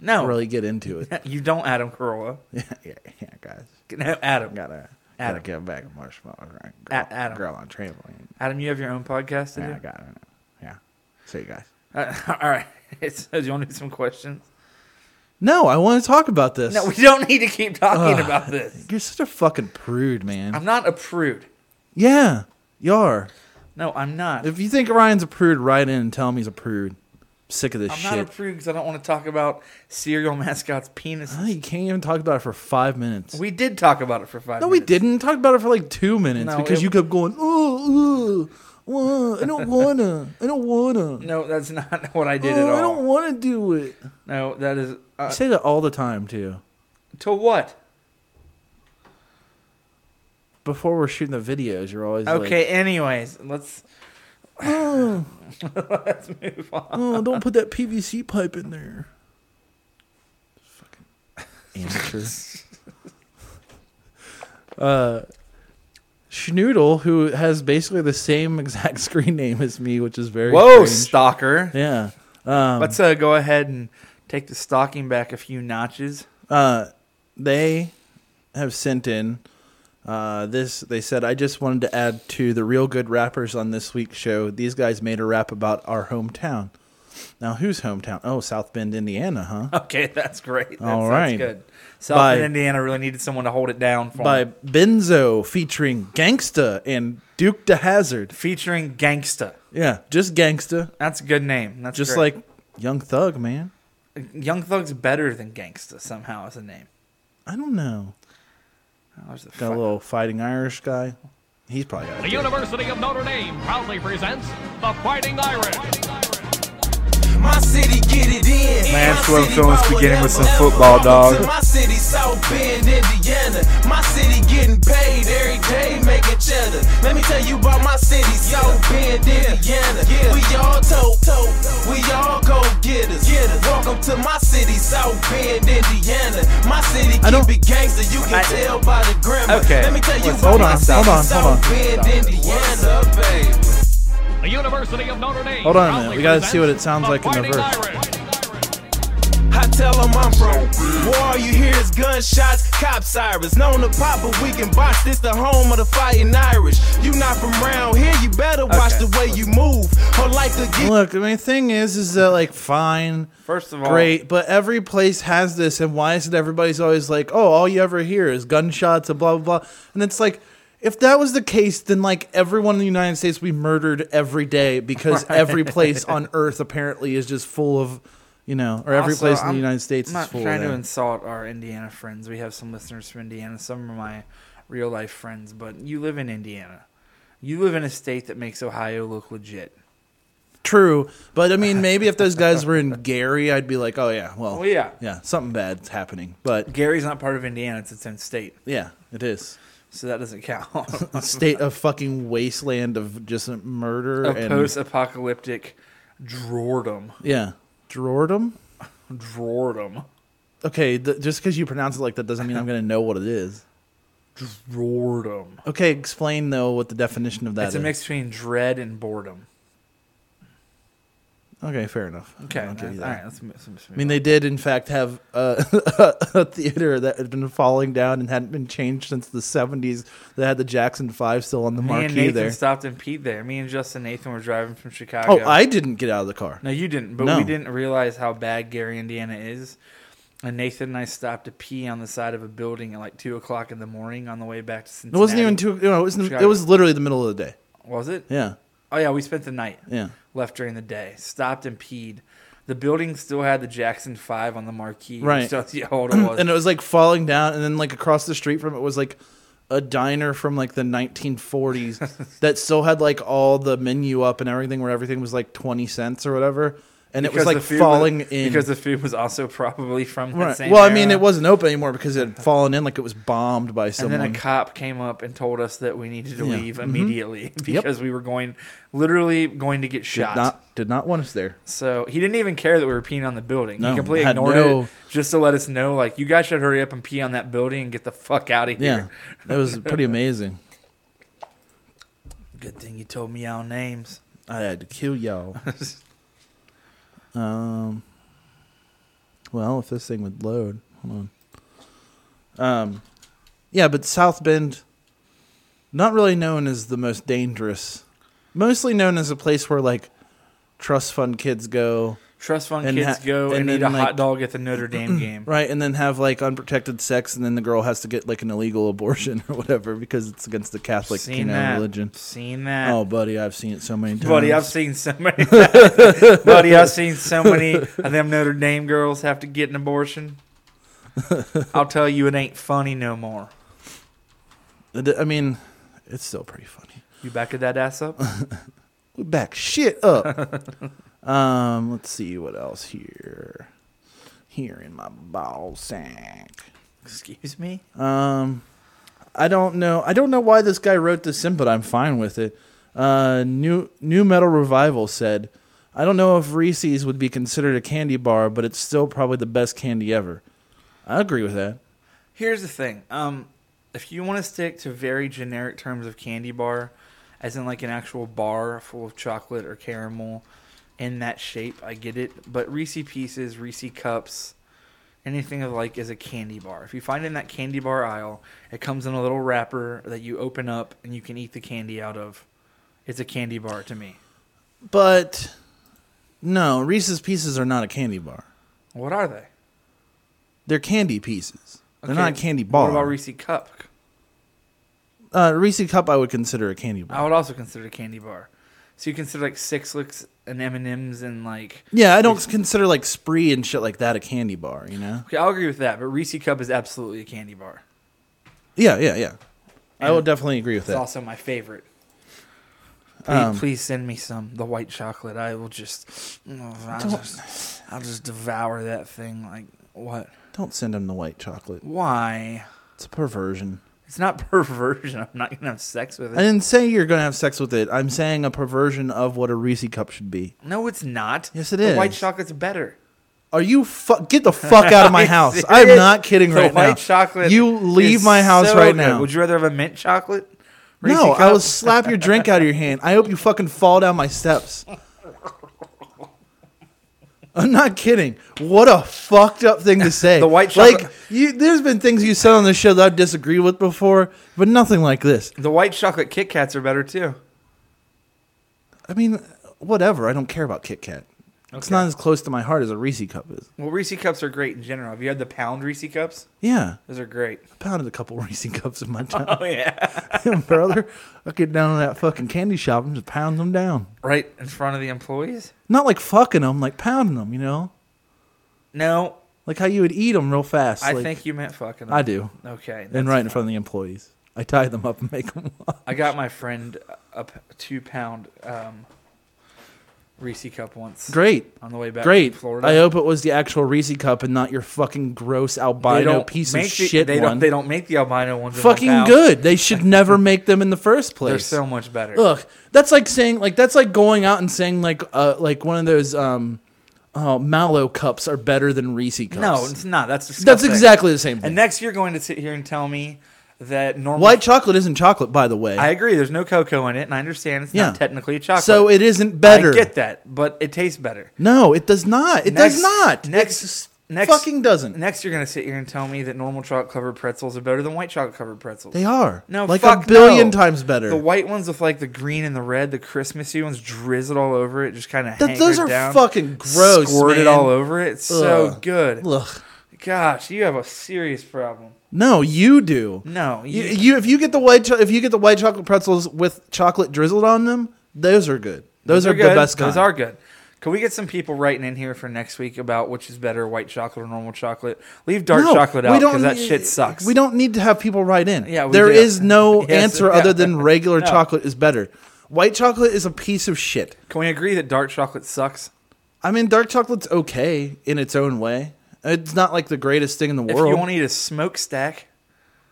No. Really get into it. You don't, Adam Carolla. yeah, yeah, yeah, guys. No, Adam. Gotta gotta Adam. get a bag of marshmallows. Right? A- Adam. Girl on trampoline. Adam, you have your own podcast to Yeah, I do. got it. Yeah. See you guys. Uh, all right. It's, do you want to do some questions? No, I want to talk about this. No, we don't need to keep talking about this. You're such a fucking prude, man. I'm not a prude. yeah, you are. No, I'm not. If you think Ryan's a prude, write in and tell him he's a prude. sick of this I'm shit. not a prude because I don't want to talk about cereal mascots' Oh, penises. you can't even talk about it for five minutes. We did talk about it for five no, we minutes. didn't. Talk about it for like two minutes No, because it- you kept going, ooh, ooh, ooh, I don't wanna. I don't wanna. No, that's not what I did "Oh, at all. I don't wanna do it. No, that is. I Uh, say that all the time, too. to what? Before we're shooting the videos, you're always Okay, like, anyways, let's oh, let's move on. oh, don't put that PVC pipe in there. Fucking amateur. uh, Schnoodle, who has basically the same exact screen name as me, which is very Whoa, strange. stalker. Yeah. Um, Let's uh, go ahead and take the stocking back a few notches. uh, they have sent in uh, this. They said, I just wanted to add to the real good rappers on this week's show. These guys made a rap about our hometown. Now, whose hometown? Oh, South Bend, Indiana, huh? Okay, that's great. That All sounds right. good. South By- Bend, Indiana really needed someone to hold it down for By them. Benzo featuring Gangsta and Duke de Hazard. featuring Gangsta. Yeah, just Gangsta. That's a good name. That's Just great. like Young Thug, man. Young Thug's better than Gangsta somehow as a name. I don't know. Oh, there's the Got a fuck- little fighting Irish guy. He's probably got a The University of Notre Dame proudly presents the Fighting Irish. My city get it in. Man, My that's what I'm city feeling, power beginning with some never, football, ever. dog. To My city, South Bend, Indiana. My city getting paid every day, making cheddar. Let me tell you about my city, South Bend, Indiana. We all tote, tote. We all go getters. Welcome to my city, South Bend, Indiana. My city don't- keep it gangster. You can I- tell by the grammar. Okay, Let me tell you let's- about hold my on, city, hold on, hold on. South Bend, Indiana. baby? The University of Notre Dame. Hold on a minute. proudly We gotta see presents what it sounds the like in the Fighting verse. Irish. I tell 'em I'm from War, all you hear is gunshots, cop sirens. Known to pop, but we can box. This the home of the fighting Irish. You not from round here, you better watch Okay. the way you move. Or life could get Look, I mean, the thing is, is that like fine, First of all, great, but every place has this, and why is it everybody's always like, oh, all you ever hear is gunshots and blah blah blah, and it's like. If that was the case, then like everyone in the United States, we murdered every day because every place on Earth apparently is just full of, you know, or every Also, place in I'm the United States not is full. trying of to that. insult our Indiana friends. We have some listeners from Indiana. Some are my real life friends, but you live in Indiana. You live in a state that makes Ohio look legit. True, but I mean, maybe if those guys were in Gary, I'd be like, oh yeah, well, Well, yeah. yeah, something bad's happening, but Gary's not part of Indiana; it's its own state, yeah, it is. so that doesn't count. a state of fucking wasteland of just murder a and post-apocalyptic Drordom, yeah, Drordom. Drordom, Okay, th- just because you pronounce it like that doesn't mean I'm gonna know what it is. Drordom. Okay, explain though what the definition of that It's a is. mix between dread and boredom. Okay, fair enough. Okay, I'll give you that. all right. Let's move. Let's move I mean, they did in fact have uh, a theater that had been falling down and hadn't been changed since the '70s. They had the Jackson Five still on the Me and marquee Nathan there. stopped and Pete there. Me and Justin Nathan were driving from Chicago. Oh, I didn't get out of the car. No, you didn't. But No. we didn't realize how bad Gary, Indiana is. And Nathan and I stopped to pee on the side of a building at like two o'clock in the morning on the way back to It Cincinnati. wasn't even too. You know, it was. in the- Chicago. It was literally the middle of the day. Was it? Yeah, Oh yeah, we spent the night. yeah. Left during the day. Stopped and peed. The building still had the Jackson Five on the marquee. Right. which tells you how old it was. And it was like falling down, and then like across the street from it was like a diner from like the 1940s that still had like all the menu up and everything, where everything was like 20 cents or whatever, and it was Because like the food falling was, in because the food was also probably from that Right. same. Well, I mean, era. it wasn't open anymore because it had fallen in, like it was bombed by And someone. then a cop came up and told us that we needed to Yeah. Mm-hmm. leave immediately because we were going, literally going to get did shot. not did not want us there. So he didn't even care that we were peeing on the building. No, he completely had ignored no- it just to let us know, like, you guys should hurry up and pee on that building and get the fuck out of Yeah, here. that was pretty amazing. Good thing you told me our names. I had to kill y'all. um, well, if this thing would load, hold on. Um, yeah, but South Bend, not really known as the most dangerous, mostly known as a place where like trust fund kids go. Trust fund And kids ha- go and, and eat a then, like- hot dog at the Notre Dame game. Right, and then have like unprotected sex, and then the girl has to get like an illegal abortion or whatever because it's against the Catholic seen you know, that. religion. Seen that. Oh, buddy, I've seen it so many times. Buddy, I've seen so many. buddy, I've seen so many of them Notre Dame girls have to get an abortion. I'll tell you, it ain't funny no more. It- I mean, it's still pretty funny. You back of that ass up? We back shit up. um, let's see what else here. Here in my ball sack. Excuse me. Um, I don't know. I don't know why this guy wrote this in, but I'm fine with it. Uh, new New Metal Revival said, "I don't know if Reese's would be considered a candy bar, but it's still probably the best candy ever." I agree with that. Here's the thing. Um, if you want to stick to very generic terms of candy bar, as in like an actual bar full of chocolate or caramel in that shape, I get it. But Reese pieces, Reese cups, anything of like is a candy bar. If you find it in that candy bar aisle, it comes in a little wrapper that you open up and you can eat the candy out of. It's a candy bar to me. But no, Reese's Pieces are not a candy bar. What are they? They're candy pieces. They're Okay, not a candy bar. What about Reese cup? uh, Reese cup, I would consider a candy bar. I would also consider it a candy bar. So you consider like six licks and M and M's and like yeah, I don't consider like spree and shit like that a candy bar. You know? Okay, I'll agree with that, but Reese Cup is absolutely a candy bar. Yeah, yeah, yeah. I will definitely agree with It's that. also my favorite. Please, Um, please send me some the white chocolate. I will just, I'll just, I'll just devour that thing. Like what? Don't send him the white chocolate. Why? It's a perversion. It's not perversion. I'm not gonna have sex with I it. didn't say you're gonna have sex with it. I'm saying a perversion of what a Reese cup should be. No, it's not. Yes, it the White is. chocolate's better. Are you fu- get the fuck out of my house? serious? I'm not kidding The right white now. chocolate. You leave is my house so right good. now. Would you rather have a mint chocolate? Reese no, I Cup? will slap your drink out of your hand. I hope you fucking fall down my steps. I'm not kidding. What a fucked up thing to say. The white like chocolate- you. There's been things you said on the show that I've disagreed with before, but nothing like this. The white chocolate Kit Kats are better too. I mean, whatever. I don't care about Kit Kat. It's not as close to my heart as a Reese cup is. Well, Reese Cups are great in general. Have you had the pound Reese Cups? Yeah, Those are great. I pounded a couple Reese cups in my time, Oh yeah. brother. I get down to that fucking candy shop and just pound them down. Right in front of the employees? Not like fucking them, like pounding them. You know. No, Like how you would eat them real fast. I like- think you meant fucking. I up. do, Okay. and that's right in fine. front of the employees. I tie them up and make them walk. I got my friend a p- two pound um, Reese cup once. Great, On the way back, great. From Florida. I hope it was the actual Reese cup and not your fucking gross albino piece of make the, shit They one. don't. They don't make the albino ones. in one fucking pound. good. They should never make them in the first place. They're so much better. Ugh, that's like saying like that's like going out and saying like uh like one of those um oh mallow cups are better than Reese cups. No, it's not. That's disgusting. that's exactly the same thing. And next, you're going to sit here and tell me that normal White chocolate isn't chocolate, by the way. I agree. There's no cocoa in it, and I understand it's Yeah. not technically chocolate. So it isn't better. I get that, but it tastes better. no, it does not. It Next- does not. next- It's- next- fucking doesn't. Next, you're gonna sit here and tell me that normal chocolate covered pretzels are better than white chocolate covered pretzels. they are. No, like fuck a billion no. times better. The white ones with like the green and the red, the Christmassy ones drizzled all over it, just kind of. Th- those are fucking gross, Squirted man. all over it. It's so Ugh. good. Ugh. Gosh, you have a serious problem. No, you do. No, You, you- you if you get the white cho- if you get the white chocolate pretzels with chocolate drizzled on them, those are good. Those, are, the good. best kind. Those are good. Can we get some people writing in here for next week about which is better, white chocolate or normal chocolate? Leave dark No, chocolate we out don't because that need- shit sucks. We don't need to have people write in. Yeah, we there do. is no Yes, answer yeah. other than regular No. chocolate is better. White chocolate is a piece of shit. Can we agree that dark chocolate sucks? I mean, dark chocolate's okay in its own way. It's not like the greatest thing in the If world. you want to eat a smokestack,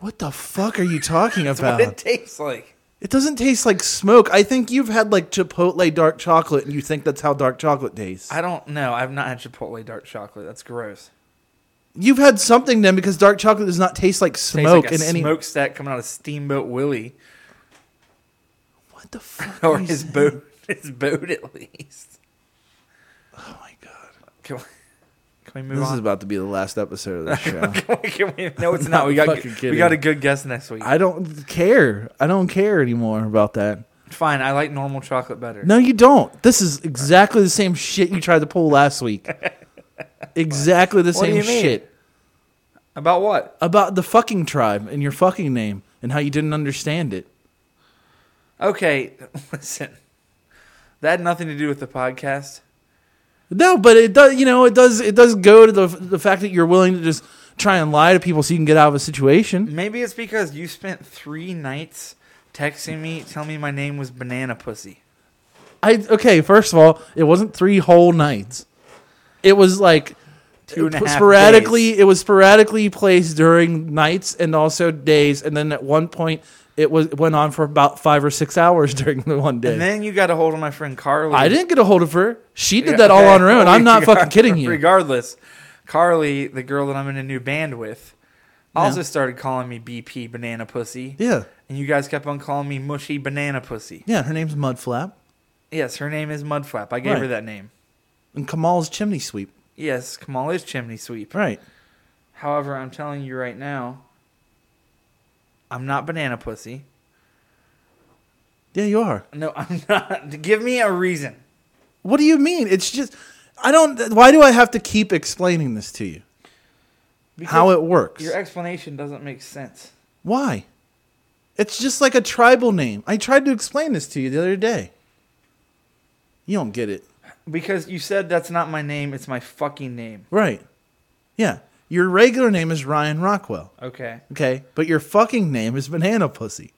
what the fuck are you talking what about? it tastes like. It doesn't taste like smoke. I think you've had like Chipotle dark chocolate, and you think that's how dark chocolate tastes. I don't know. I've not had Chipotle dark chocolate. That's gross. You've had something then, because dark chocolate does not taste like Tastes smoke like a in any. smokestack coming out of Steamboat Willie What the fuck? or are you his saying? boat. His boat, at least. Oh my god! Can we, can we move This on? is about to be the last episode of the show. can we, no, it's not. We got fucking we kidding. got a good guest next week. I don't care. I don't care anymore about that. Fine. I like normal chocolate better. No, you don't. This is exactly the same shit you tried to pull last week. Exactly the What do same you mean? shit About what? about the fucking tribe and your fucking name and how you didn't understand it. Okay, listen. That had nothing to do with the podcast. No, but it does. You know, it does. It does go to the the fact that you're willing to just try and lie to people so you can get out of a situation. Maybe it's because you spent three nights texting me, telling me my name was Banana Pussy. I okay. First of all, it wasn't three whole nights. It was like Two and a half sporadically. It was sporadically placed during nights and also days, and then at one point it was it went on for about five or six hours during the one day. And then you got a hold of my friend Carly. I didn't get a hold of her. She did Yeah, that all okay. on her own. I'm not fucking Regardless- kidding you. Regardless, Carly, the girl that I'm in a new band with, also started calling me BP Banana Pussy. Yeah, And you guys kept on calling me Mushy Banana Pussy. yeah. Her name's Mudflap, Yes, her name is Mudflap. I gave Right. her that name. and Kamal's chimney sweep. Yes, Kamal is Chimney Sweep. Right. However, I'm telling you right now, I'm not banana pussy. Yeah, you are. No, I'm not. Give me a reason. What do you mean? It's just I don't. Why do I have to keep explaining this to you? Because How it works? Your explanation doesn't make sense. Why? It's just like a tribal name. I tried to explain this to you the other day. You don't get it, Because you said that's not my name, it's my fucking name. right? Yeah, your regular name is Ryan Rockwell, Okay. okay, but your fucking name is Banana Pussy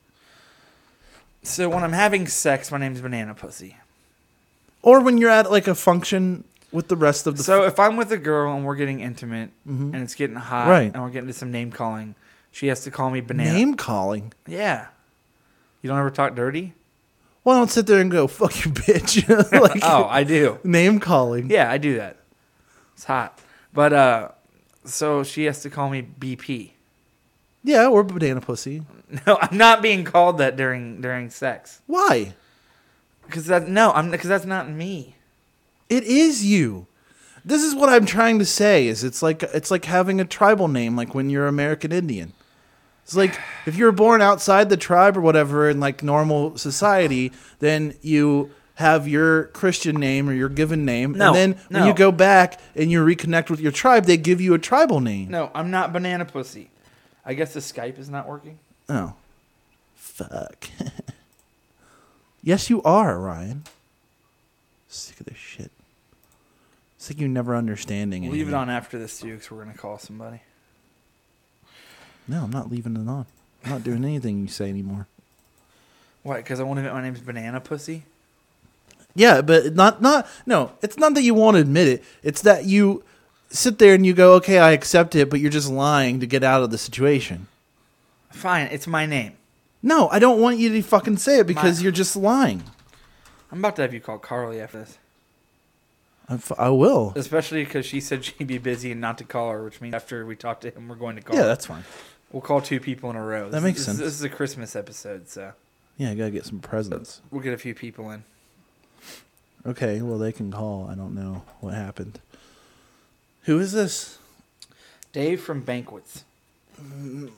So when I'm having sex, my name's banana pussy. or when you're at like a function with the rest of the. Mm-hmm. So if I'm with a girl and we're getting intimate and it's getting hot Right. and we're getting to some name calling, she has to call me banana. name calling. Yeah. You don't ever talk dirty? Well, I don't sit there and go fuck you, bitch. like, Oh, I do. name calling. Yeah, I do that. It's hot. But uh so she has to call me BP. Yeah, or Banana Pussy. No, I'm not being called that during during sex. Why? Cuz that no, I'm cuz that's not me. It is you. This is what I'm trying to say is it's like it's like having a tribal name like when you're American Indian. It's like if you were born outside the tribe or whatever in like normal society, then you have your Christian name or your given name No, and then when no. you go back and you reconnect with your tribe, they give you a tribal name. No, I'm not banana pussy. I guess the Skype is not working. Oh. Fuck. yes, you are, Ryan. Sick of this shit. Sick of you never understanding Leave it anything. on after this too cuz we're going to call somebody. No, I'm not leaving it on. I'm not doing anything you say anymore. What? Cuz I want to admit my name's banana pussy? Yeah, but not not no. It's not that you won't admit it. It's that you sit there and you go, okay, I accept it, but you're just lying to get out of the situation. Fine, it's my name. No, I don't want you to fucking say it because My- you're just lying. I'm about to have you call Carly after this. I, f- I will. Especially cuz she said she'd be busy and not to call her, which means after we talk to him, we're going to call Yeah, her. that's fine. We'll call two people in a row. That makes this, sense. This is a Christmas episode, so Yeah, I gotta get some presents. we'll get a few people in. Okay, well they can call. I don't know what happened. Who is this? Dave from Banquets.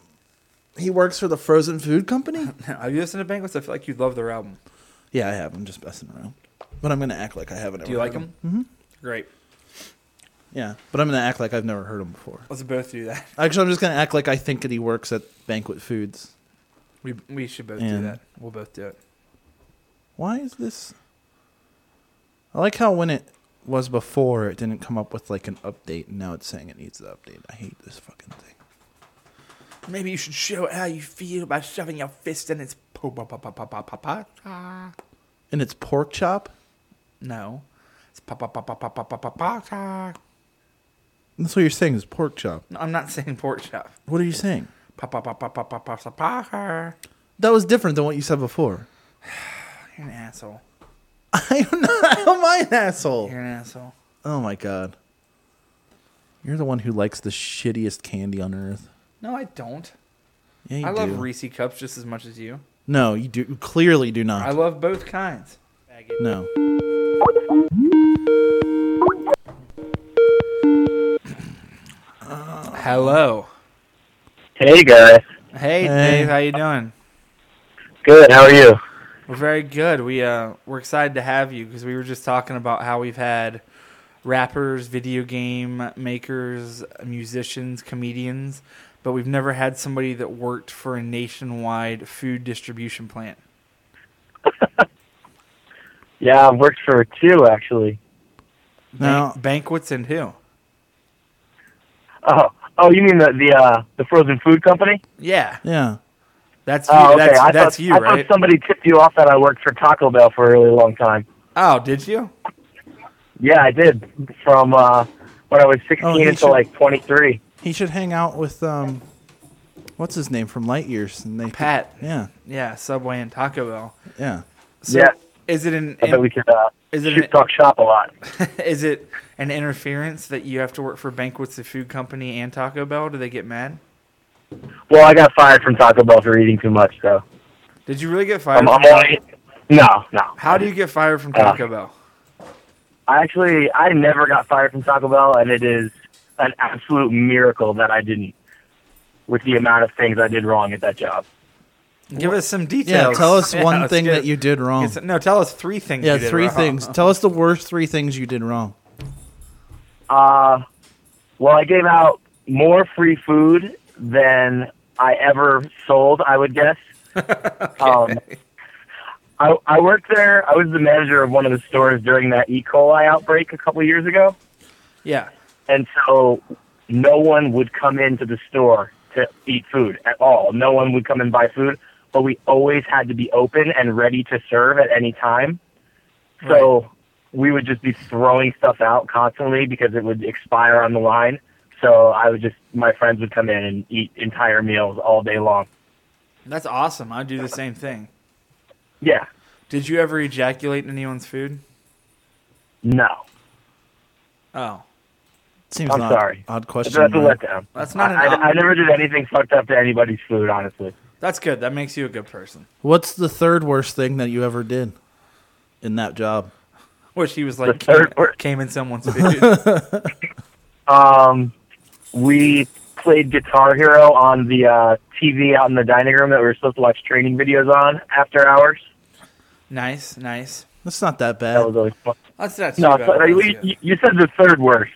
He works for the frozen food company. Have you listened to Banquets? I feel like you'd love their album. yeah, I have. I'm just messing around, but I'm gonna act like I haven't. Do you ever like heard them? Mm-hmm. Great. Yeah, but I'm gonna act like I've never heard him before. Let's both do that. Actually, I'm just gonna act like I think that he works at Banquet Foods. We we should both do And- that. We'll both do it. Why is this? I like how when it was before, it didn't come up with like an update, and now it's saying it needs an update. I hate this fucking thing. Maybe you should show it how you feel by shoving your fist in its po pa pa pa pa pa pa pa. And it's pork chop. No, it's pa pa pa pa pa pa pa pa pa. ta. That's what you're saying is pork chop. No, I'm not saying pork chop. What are you saying? Pa pa pa pa pa pa pa pa pa. ta. That was different than what you said before. You're an asshole. I don't know. How am I an asshole? You're an asshole. Oh my god. You're the one who likes the shittiest candy on earth. No, I don't. Yeah, you I love do. Reese cups just as much as you. no, you do. You clearly do not. I love both kinds. no. Hello. Hey guys, Hey, Dave, how you doing? good. How are you? We're very good. We uh we're excited to have you because we were just talking about how we've had rappers, video game makers, musicians, comedians, but we've never had somebody that worked for a nationwide food distribution plant. Yeah, I've worked for two actually. Now- banquets and who? Oh, oh, you mean the the uh, the frozen food company? Yeah, Yeah. that's you. Oh, okay. that's I thought, that's you, I right? thought somebody tipped you off that I worked for Taco Bell for a really long time. Oh, did you? Yeah, I did. From uh, when I was Oh, 16 he until should- like 23. He should hang out with um, what's his name from Light Years and they Pat. Yeah, Yeah, Subway and Taco Bell. yeah. So Yeah. Is it an I bet we could uh, is it shoot an- talk shop a lot. Is it an interference that you have to work for Banquets, the food company, and Taco Bell? Do they get mad? Well, I got fired from Taco Bell for eating too much, so Did you really get fired? I'm, from I'm only. No, no. How do you get fired from Uh, Taco Bell? I actually I never got fired from Taco Bell, and it is an absolute miracle that I didn't, with the amount of things I did wrong at that job. Give us some Yeah, details. tell us one let's thing get- that you did wrong. it's- No, tell us three things. yeah, you did three wrong. things. Tell us the worst three things you did wrong. Uh, well, I gave out more free food than I ever sold. I would guess. um, I, I worked there. I was the manager of one of the stores during that E. coli outbreak a couple of years ago. Yeah, and so no one would come into the store to eat food at all. No one would come and buy food, but we always had to be open and ready to serve at any time. So we would just be throwing stuff out constantly because it would expire on the line. So I would just my friends would come in and eat entire meals all day long. that's awesome. I do the same thing. Yeah. Did you ever ejaculate in anyone's food? No. Oh, Seems an I'm odd, sorry. Odd That's question. a right? letdown. that's not. I, An, I, I never did anything fucked up to anybody's food, honestly. that's good. That makes you a good person. What's the third worst thing that you ever did in that job? Wish he was like The came, third word- came in someone's food. Um, we played Guitar Hero on the uh, TV out in the dining room that we were supposed to watch training videos on after hours. nice, nice. That's not that That was bad. always fun. That's not too No, bad. so- uh, That's you, good. you- you said the third worst.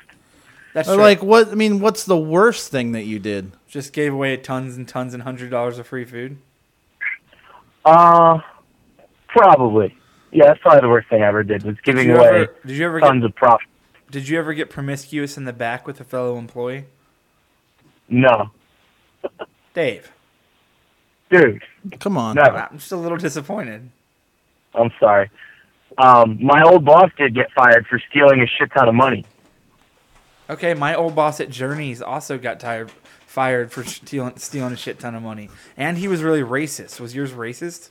That's Or true. like what? I mean, what's the worst thing that you did? just gave away tons and tons and hundred dollars of free food. Uh, probably. Yeah, that's probably the worst thing I ever did was Did giving you away ever, did you ever tons get of profit. did you ever get promiscuous in the back with a fellow employee? No, Dave, dude, Come on. no. I'm just a little disappointed. I'm sorry. Um, my old boss did get fired for stealing a shit ton of money. Okay, my old boss at Journeys also got tired, fired for stealing, stealing a shit ton of money, and he was really racist. Was yours racist?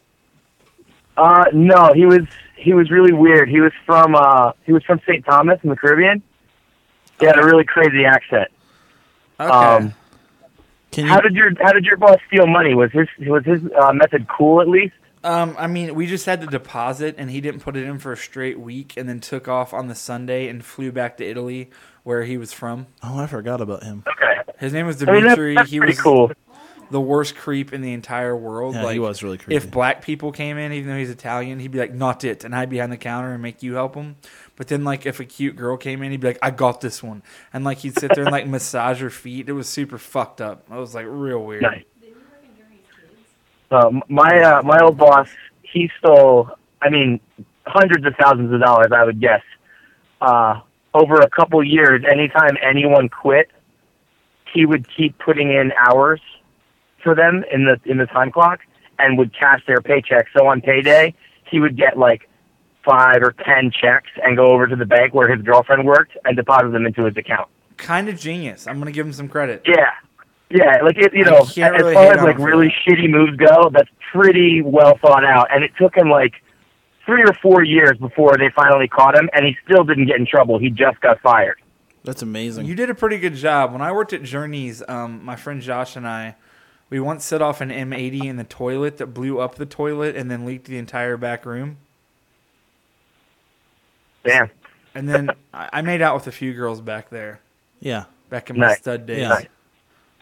Uh, no, he was he was really weird. He was from uh he was from St. Thomas in the Caribbean. He had a really crazy accent. Okay, Um, Can How did your How did your boss steal money? Was his Was his uh, method cool at least? Um, I mean, we just had the deposit, and he didn't put it in for a straight week, and then took off on the Sunday and flew back to Italy, where he was from. Oh, I forgot about him. Okay, His name was I mean that's, Dimitri. that's he pretty was cool. the worst creep in the entire world. Yeah, he like was really creepy. If black people came in, even though he's Italian, he'd be like, "Not it," and hide behind the counter and make you help him. But then, like, if a cute girl came in, he'd be like, "I got this one," and like he'd sit there and like massage her feet. It was super fucked up. It was like real weird. Nice. Uh, m- my uh, my old boss, he stole. I mean, hundreds of thousands of dollars, I would guess, uh, over a couple years. Anytime anyone quit, he would keep putting in hours for them in the in the time clock, and would cash their paycheck. So on payday, he would get like five or ten checks and go over to the bank where his girlfriend worked and deposit them into his account. Kind of genius. I'm gonna give him some credit. Yeah. Yeah, like it, you I know, as can't really hate far as on like him for really that. shitty moves go, that's pretty well thought out. And it took him like three or four years before they finally caught him, and he still didn't get in trouble. He just got fired. That's amazing. You did a pretty good job. When I worked at Journeys, um, my friend Josh and I, we once set off an M80 in the toilet that blew up the toilet and then leaked the entire back room. Damn. And then I I made out with a few girls back there, yeah, back in my Nice. stud days. Yeah.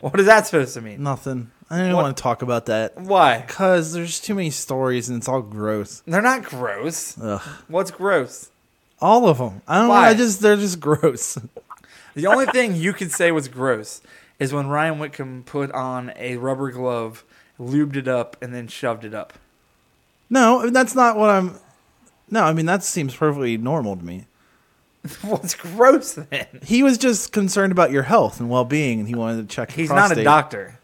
What is that supposed to mean? nothing. I didn't want to talk about that Why? because there's too many stories and it's all gross. They're not gross. Ugh. What's gross? All of them. I don't. Why? I just they're just gross. The only thing you could say was gross is when Ryan Whitcomb put on a rubber glove, lubed it up, and then shoved it up. No, that's not what I'm. No, I mean that seems perfectly normal to me. What's gross then? He was just concerned about your health and well-being, and he wanted to check. your He's not a prostate. doctor.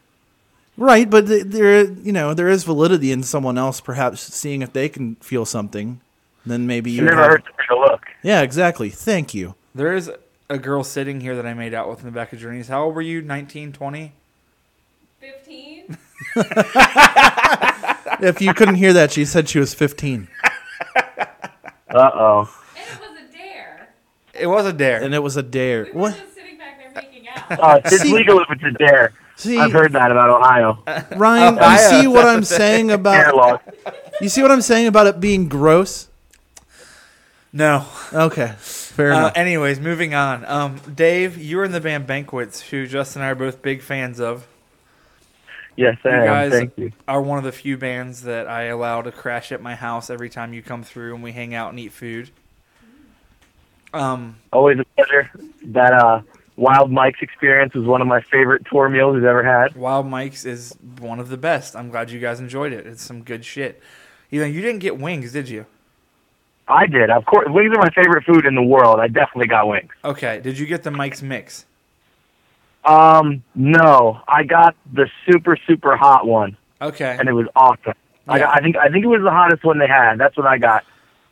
right? But th- there, you know, there is validity in someone else perhaps seeing if they can feel something. Then maybe It you. never have- hurts to take a look. Yeah, exactly. Thank you. There is a girl sitting here that I made out with in the back of Journeys. How old were you? 19, 20? 15? If you couldn't hear that, she said she was 15, Uh oh. And it was a dare. It was a dare. and it was a dare. We were What? just sitting back there making out. Uh, it's See- legal if it's a dare. See, I've heard that about Ohio. uh, Ryan, you Ohio, see what that's I'm the thing. saying uh, Dare about law. you see what I'm saying about it being gross. no. Okay, fair Uh, enough. anyways, moving on. Um, Dave, you were in the band Banquets, who Justin and I are both big fans of. Yes, I You am. guys Thank you. are one of the few bands that I allow to crash at my house every time you come through and we hang out and eat food. Um, Always a pleasure. That uh, Wild Mike's experience was one of my favorite tour meals I've ever had. Wild Mike's is one of the best. I'm glad you guys enjoyed it. It's some good shit. You know, you didn't get wings, did you? I did. Of course, wings are my favorite food in the world. I definitely got wings. Okay. Did you get the Mike's mix? Um, no, I got the super super hot one, Okay. and it was awesome. I, Yeah. got, I think I think it was the hottest one they had. That's what I got.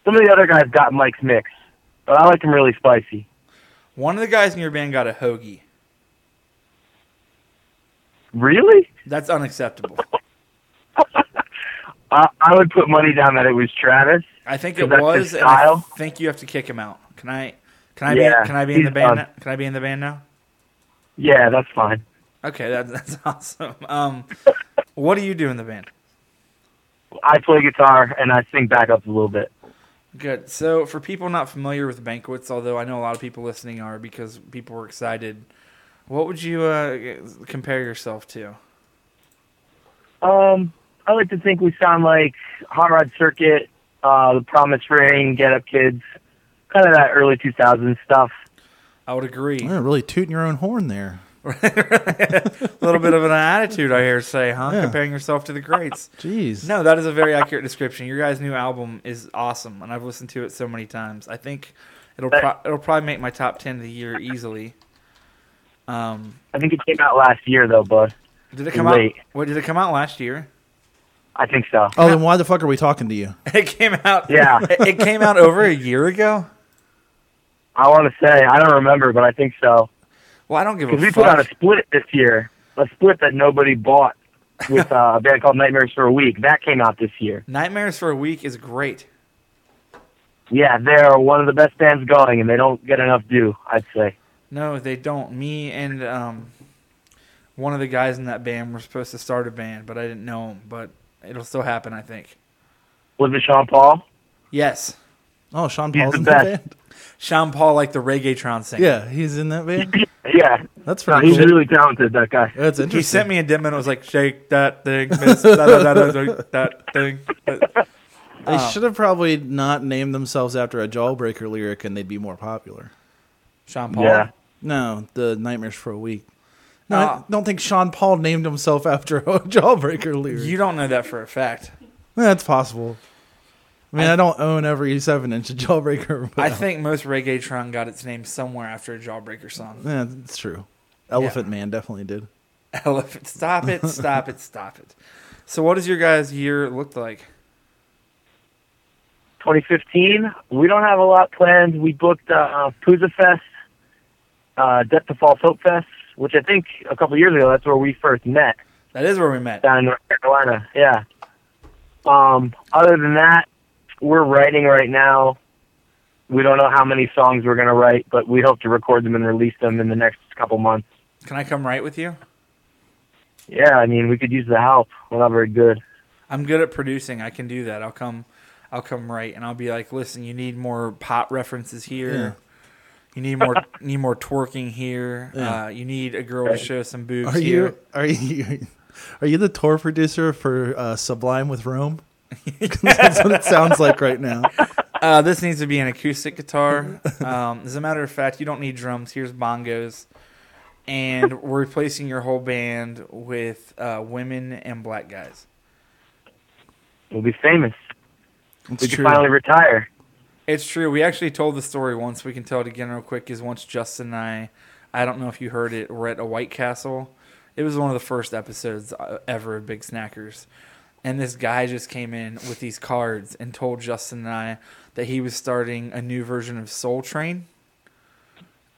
Some of the other guys got Mike's mix, but I like them really spicy. One of the guys in your band got a hoagie. Really? That's unacceptable. I, I would put money down that it was Travis. I think Is it that was. his And I style? think you have to kick him out. Can I? Can I Yeah, be? Can I be in the he's band? done. now? Can I be in the band now? Yeah, that's fine. Okay, that, that's awesome. Um, what do you do in the band? I play guitar and I sing back up a little bit. Good. So, for people not familiar with banquets, although I know a lot of people listening are because people were excited, what would you uh, compare yourself to? Um, I like to think we sound like Hot Rod Circuit, uh, The Promise Ring, Get Up Kids, kind of that early 2000s stuff. I would agree. You're really tooting your own horn there. A little bit of an attitude, I hear say, huh? Yeah. Comparing yourself to the greats. Jeez. No, that is a very accurate description. Your guys' new album is awesome, and I've listened to it so many times. I think it'll pro- it'll probably make my top ten of the year easily. Um, I think it came out last year though, bud. did it come Wait. out? What did it come out last year? I think so. Oh, then why the fuck are we talking to you? It came out. Yeah. it, it came out over a year ago. I want to say I don't remember, but I think so Well, I don't give a because we fuck. put out a split this year, a split that nobody bought with uh, a band called Nightmares for a Week. That came out this year. Nightmares for a week is great. Yeah, they're one of the best bands going, and they don't get enough due. I'd say. No, they don't. Me and um, one of the guys in that band were supposed to start a band, but I didn't know him. But it'll still happen, I think. Was it Sean Paul? Yes, Oh, Sean He's Paul's the in that best. band. Sean Paul, like the reggaetron singer. Yeah, he's in that band. Yeah. That's No, pretty he's cool. really talented, that guy. That's interesting. He sent me a demo and it was like, "Shake that thing, miss da, da, da, da, da, that thing." But They should have probably not named themselves after a Jawbreaker lyric, and they'd be more popular. Sean Paul. Yeah. No, the Nightmares for a Week. No, Ah. I don't think Sean Paul named himself after a Jawbreaker lyric. You don't know that for a fact. That's possible. I mean, I, don't own every seven-inch Jawbreaker. But I think most reggaetron got its name somewhere after a Jawbreaker song. Yeah, it's true. Elephant Man definitely did. Elephant, stop it, stop it, stop it. So, what does your guys' year look like? 2015. We don't have a lot planned. We booked uh, Pooza Fest, uh, Death to False Hope Fest, which I think a couple years ago that's where we first met That is where we met. down in North Carolina. Yeah. Um, other than that, we're writing right now. We don't know how many songs we're going to write, but we hope to record them and release them in the next couple months. Can I come right with you? Yeah, I mean, we could use the help. We're not very good. I'm good at producing. I can do that. I'll come. I'll come right, and I'll be like, "Listen, you need more pop references here. You need more. need more twerking here. Yeah. Uh, you need a girl to show some boobs Are here." you are you are you the tour producer for uh, Sublime with Rome? 'Cause That's what it sounds like right now. Uh, this needs to be an acoustic guitar. Um, as a matter of fact, you don't need drums. Here's bongos, and we're replacing your whole band with uh, women and black guys. We'll be famous. It's We true. could finally retire. It's true. We actually told the story once. We can tell it again real quick. Is once Justin and I, I don't know if you heard it, were at a White Castle. It was one of the first episodes uh, ever of Big Snackers. And this guy just came in with these cards and told Justin and I that he was starting a new version of Soul Train.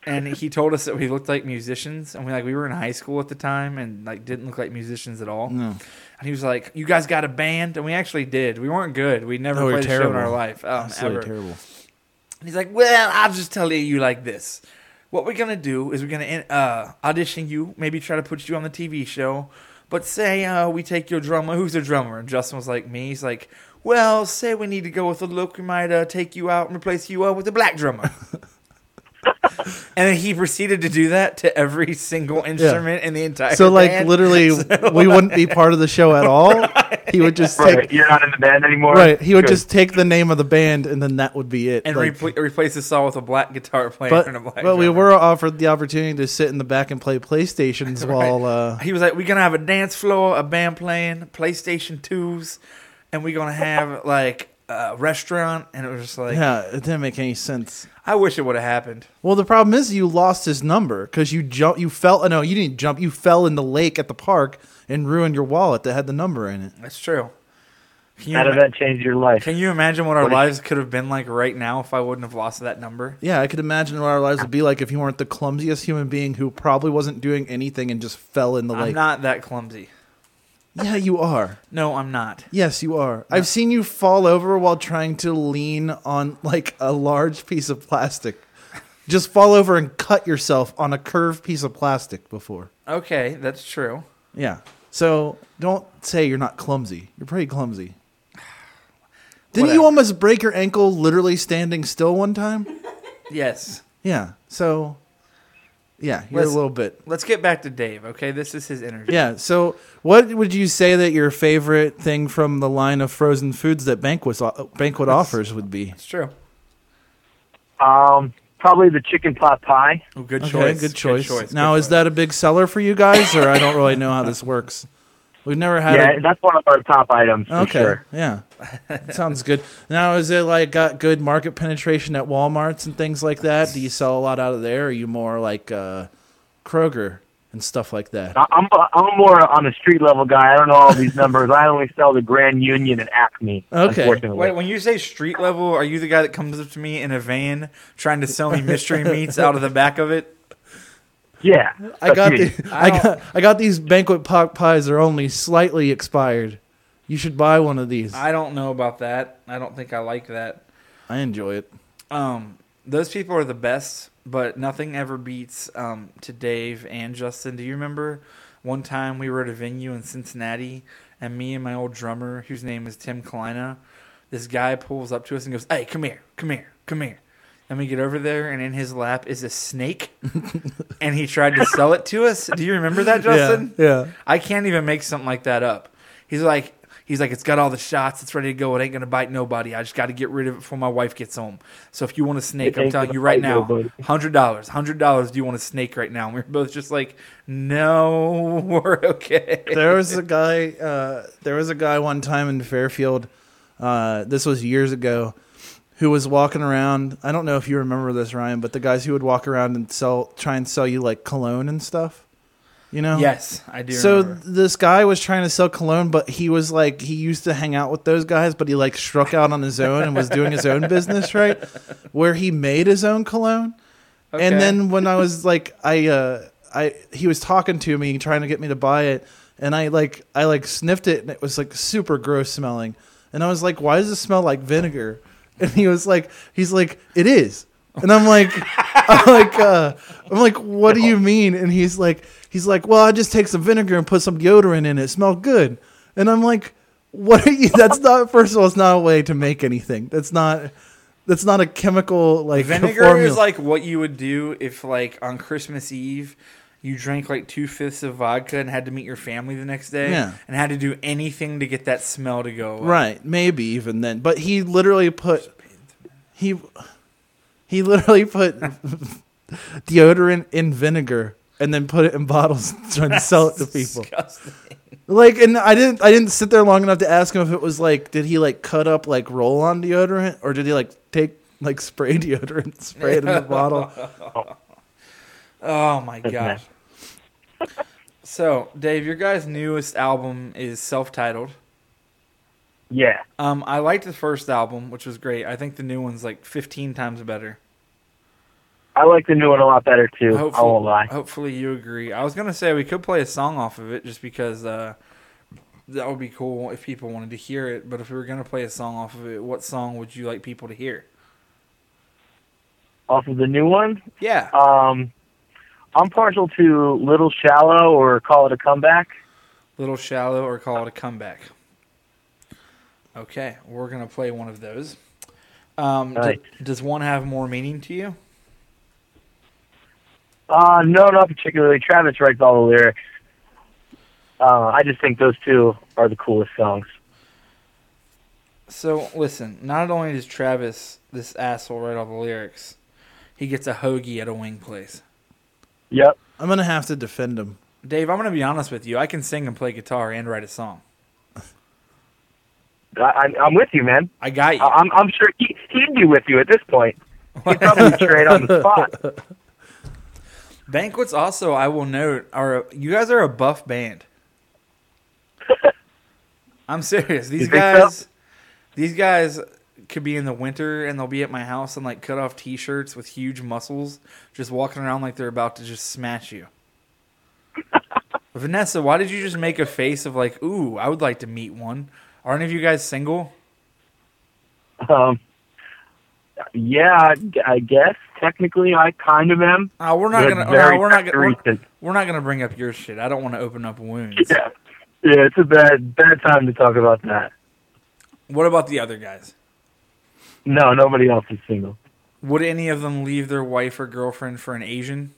And he told us that we looked like musicians, and we like we were in high school at the time, and like didn't look like musicians at all. And he was like, "You guys got a band?" And we actually did. We weren't good. We never No, we were played a show in our terrible. life, um, Absolutely ever. terrible. And he's like, "Well, I'll just tell you like this. What we're gonna do is we're gonna uh, audition you, maybe try to put you on the TV show. But say uh, we take your drummer. Who's a drummer?" And Justin was like, "Me." He's like, "Well, say we need to go with a look. We might uh, take you out and replace you uh, with a black drummer." and then he proceeded to do that to every single instrument in the entire. So like band. literally, we wouldn't be part of the show at all. He would just Right. take You're not in the band anymore. right. He would Good. just take the name of the band, and then that would be it. and Like, repl- replace the song with a black guitar player but and a black. but we drummer. were offered the opportunity to sit in the back and play PlayStations while. Uh, He was like, "We're gonna have a dance floor, a band playing, PlayStation twos, and we're gonna have like a restaurant." And it was just like, yeah, it didn't make any sense. I wish it would have happened. Well, the problem is you lost his number because you jump. You fell. oh, No, you didn't jump. You fell in the lake at the park and ruined your wallet that had the number in it. That's true. Can you, How did ima- that change your life? can you imagine what our What if- lives could have been like right now if I wouldn't have lost that number? Yeah, I could imagine what our lives would be like if you weren't the clumsiest human being who probably wasn't doing anything and just fell in the I'm lake. not that clumsy. yeah, you are. No, I'm not. Yes, you are. I've seen you fall over while trying to lean on like a large piece of plastic. Just fall over and cut yourself on a curved piece of plastic before. Okay, that's true. Yeah. So don't say you're not clumsy. You're pretty clumsy. Didn't Whatever. you almost break your ankle literally standing still one time? Yes. Yeah. So, yeah, you're Listen. a little bit. Let's get back to Dave. Okay, this is his energy. Yeah. So, what would you say that your favorite thing from the line of frozen foods that banquet uh, banquet offers would be? it's true. Um, probably the chicken pot pie. Oh, good, Okay, choice. good choice. choice. Now, Good is that a big seller for you guys, or I don't really know how this works? We've never had. Yeah, a, that's one of our top items for okay. sure. Yeah. Sounds good. Now, is it like got good market penetration at WalMarts and things like that? Do you sell a lot out of there? Or are you more like uh, Kroger and stuff like that? I- I'm a, I'm more on the street level guy. I don't know all these numbers. I only sell the Grand Union and Acme. Okay. Unfortunately. Wait, when you say street level, are you the guy that comes up to me in a van trying to sell me mystery meats out of the back of it? yeah. I got That's me. the, I got I got these banquet pot pies. They're only slightly expired. You should buy one of these. I, I don't know about that. I don't think I like that. enjoy it. Um, those people are the best, but nothing ever beats um, to Dave and Justin. Do you remember One time we were at a venue in Cincinnati, and me and my old drummer, whose name is Tim Kalina, this guy pulls up to us and goes, "Hey, come here, come here, come here." And we get over there, and in his lap is a snake, and he tried to sell it to us. Do you remember that, Justin? yeah. I can't even make something like that up. He's like, he's like, it's got all the shots. It's ready to go. It ain't gonna bite nobody. I just got to get rid of it before my wife gets home. So if you want a snake, It I'm ain't telling gonna you right bite now, nobody. hundred dollars, hundred dollars. Do you want a snake right now? And we were both just like, no, we're okay. there was a guy uh, there was a guy one time in fairfield uh, this was years ago who was walking around i don't know if you remember this ryan but the guys who would walk around and sell try and sell you like cologne and stuff you know Yes, I do. so remember. this guy was trying to sell cologne but he was like he used to hang out with those guys but he like struck out on his own and was doing his own business right where he made his own cologne Okay. and then when I was like, I, uh, I, he was talking to me, trying to get me to buy it, and I like, I like sniffed it, and it was like super gross smelling, and I was like, why does it smell like vinegar? And he was like, he's like, it is, and I'm like, I'm like, uh, I'm like, what do you mean? And he's like, he's like, well, I just take some vinegar and put some deodorant in it, it smelled good, and I'm like, what are you? That's not. First of all, it's not a way to make anything. That's not. That's not a chemical like Vinegar formula. is like what you would do if, like, on Christmas Eve, you drank like two fifths of vodka and had to meet your family the next day, Yeah. and had to do anything to get that smell to go. away. Right, maybe even then. But he literally put he he literally put deodorant in vinegar and then put it in bottles and try to sell it to people. Disgusting. Like and I didn't I didn't sit there long enough to ask him if it was like did he like cut up like roll on deodorant or did he like take like spray deodorant and spray it in the bottle? Oh my gosh. so, Dave, your guys' newest album is self-titled. Yeah. Um, I liked the first album, which was great. I think the new one's like 15 times better. I like the new one a lot better too. I won't lie. Hopefully, you agree. I was gonna say we could play a song off of it just because uh, that would be cool if people wanted to hear it. But if we were gonna play a song off of it, what song would you like people to hear? Off of the new one, Yeah, um, I'm partial to Little Shallow or Call It a Comeback. Little Shallow or Call It a Comeback. Okay, we're gonna play one of those. Um, d- Right. does one have more meaning to you? Uh, no, not particularly. Travis writes all the lyrics. Uh, I just think those two are the coolest songs. So listen, not only does Travis this asshole write all the lyrics, he gets a hoagie at a wing place. Yep. I'm going to have to defend him. Dave, I'm gonna be honest with you. I can sing and play guitar and write a song. I, I'm, I'm with you, man. I got you. I, I'm, I'm sure he, he'd be with you at this point. He'd probably trade on the spot. Banquets also, I will note, are you guys are a buff band. I'm serious. These You think so? guys, these guys could be in the winter and they'll be at my house in like cut off t-shirts with huge muscles, just walking around like they're about to just smash you. Vanessa, why did you just make a face of like, ooh, I would like to meet one? Are any of you guys single? Um, yeah, I, I guess technically I kind of am. Oh, we're not But gonna. very no, we're not gonna. We're, recent. we're not gonna bring up your shit. I don't want to open up wounds. Yeah. Yeah, it's a bad bad time to talk about that. What about the other guys? No, nobody else is single. Would any of them leave their wife or girlfriend for an Asian?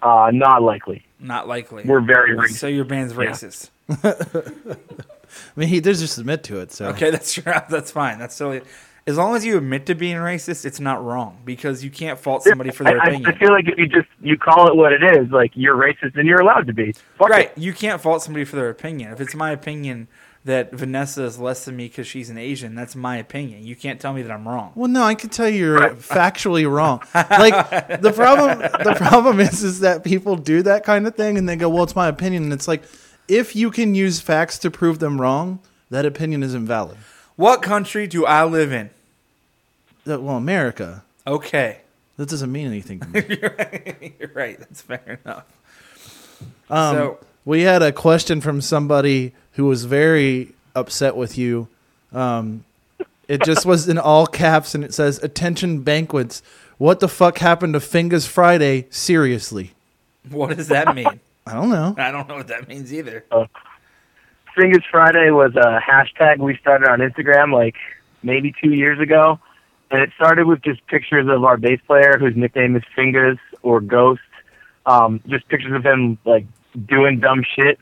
Uh, not likely. Not likely. We're very recent. so your band's racist. I mean, he did just admit to it, so Okay, that's true. That's fine. That's silly. As long as you admit to being racist, it's not wrong because you can't fault somebody for their I, I- opinion. I feel like if you just you call it what it is, like you're racist and you're allowed to be. Fuck Right. it. You can't fault somebody for their opinion. If it's my opinion that Vanessa is less than me because she's an Asian, that's my opinion. You can't tell me that I'm wrong. Well, no, I can tell you're factually wrong. Like the problem, the problem is, is that people do that kind of thing and they go, "Well, it's my opinion." And it's like, if you can use facts to prove them wrong, that opinion is invalid. What country do I live in? That- well, America, Okay. that doesn't mean anything to me. You're right. That's fair enough. Um, So- we had a question from somebody who was very upset with you. Um, it just was in all caps, and it says, "Attention banquets, what the fuck happened to Fingers Friday?" Seriously. What does that mean? I don't know. I don't know what that means either. Fingers Friday was a hashtag we started on Instagram like maybe two years ago, and it started with just pictures of our bass player whose nickname is Fingers or Ghost, um, just pictures of him like doing dumb shit,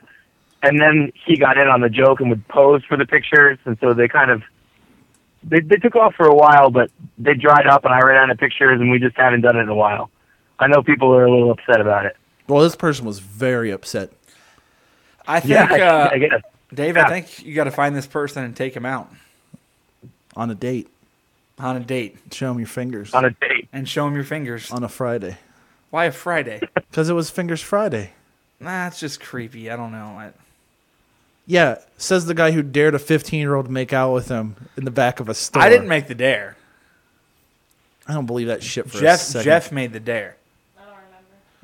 and then he got in on the joke and would pose for the pictures, and so they kind of they they took off for a while, but they dried up, and I ran out of pictures, and we just haven't done it in a while. I know people are a little upset about it. Well, this person was very upset. I think, Yeah, uh, I, I guess. Dave, I yeah. think you got to find this person and take him out On a date, on a date show him your fingers on a date. and show him your fingers. on a Friday Why a Friday? because it was Fingers Friday. nah, it's just creepy. I don't know. I, Yeah, says the guy who dared a 15 year old make out with him in the back of a store. I didn't make the dare. I don't believe that shit for a Jeff second. Jeff made the dare. I don't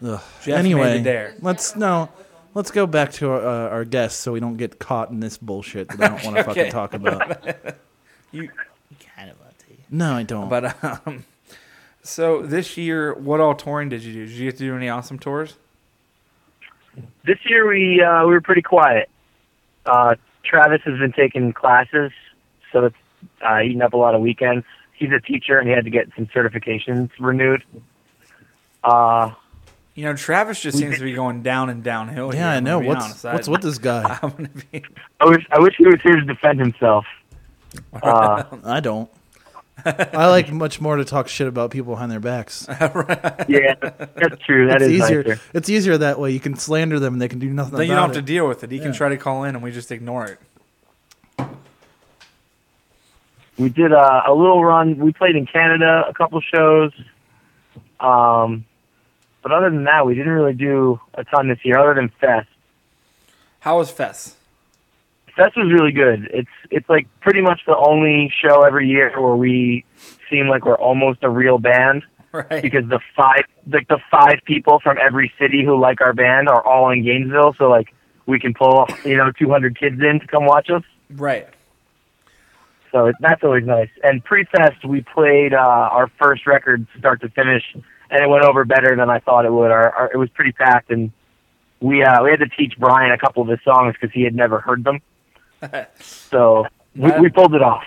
remember. Ugh. Jeff anyway, made the dare. let's no, let's go back to our, uh, our guest so we don't get caught in this bullshit that I don't want to okay. fucking talk about. You, kind of want to. No, I don't. But um, so this year, what all touring did you do? Did you get to do any awesome tours? This year we uh, we were pretty quiet. Uh, Travis has been taking classes, so it's uh, eating up a lot of weekends. He's a teacher and he had to get some certifications renewed. Uh, You know, Travis just seems to be going down and downhill. here, yeah, I I'm know. gonna be What's honest. I- what's with this guy? I'm gonna be. I wish I wish he was here to defend himself. Uh, I don't. I like much more to talk shit about people behind their backs. yeah, that's true. it's That is easier. nicer. It's easier that way. You can slander them and they can do nothing Then you don't about have to it. deal with it. He can try to call in, and we just ignore it. We did uh, a little run. We played in Canada a couple shows. Um, but other than that, we didn't really do a ton this year, other than Fest. How was Fess? Fest was really good. It's it's like pretty much the only show every year where we seem like we're almost a real band Right. because the five like the five people from every city who like our band are all in Gainesville, so like we can pull you know 200 kids in to come watch us. Right. So it, that's always nice. And pre-fest we played uh, our first record start to finish, and it went over better than I thought it would. Our, our it was pretty packed, and we uh, we had to teach Brian a couple of his songs because he had never heard them. so we, we pulled it off.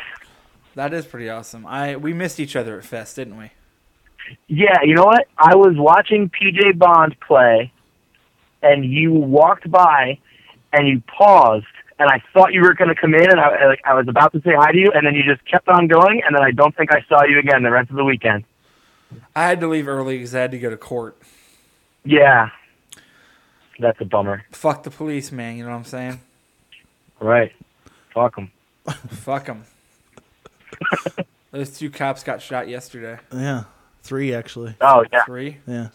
That is pretty awesome. I we missed each other at Fest, didn't we? Yeah, you know what? I was watching PJ Bond play, and you walked by, and you paused, and I thought you were going to come in, and I like I was about to say hi to you, and then you just kept on going, and then I don't think I saw you again the rest of the weekend. I had to leave early because I had to go to court. Yeah, that's a bummer. Fuck the police, man. You know what I'm saying? Right? Fuck 'em. Fuck them. Those two cops got shot yesterday. Yeah, three actually. Oh yeah. Three. Yeah,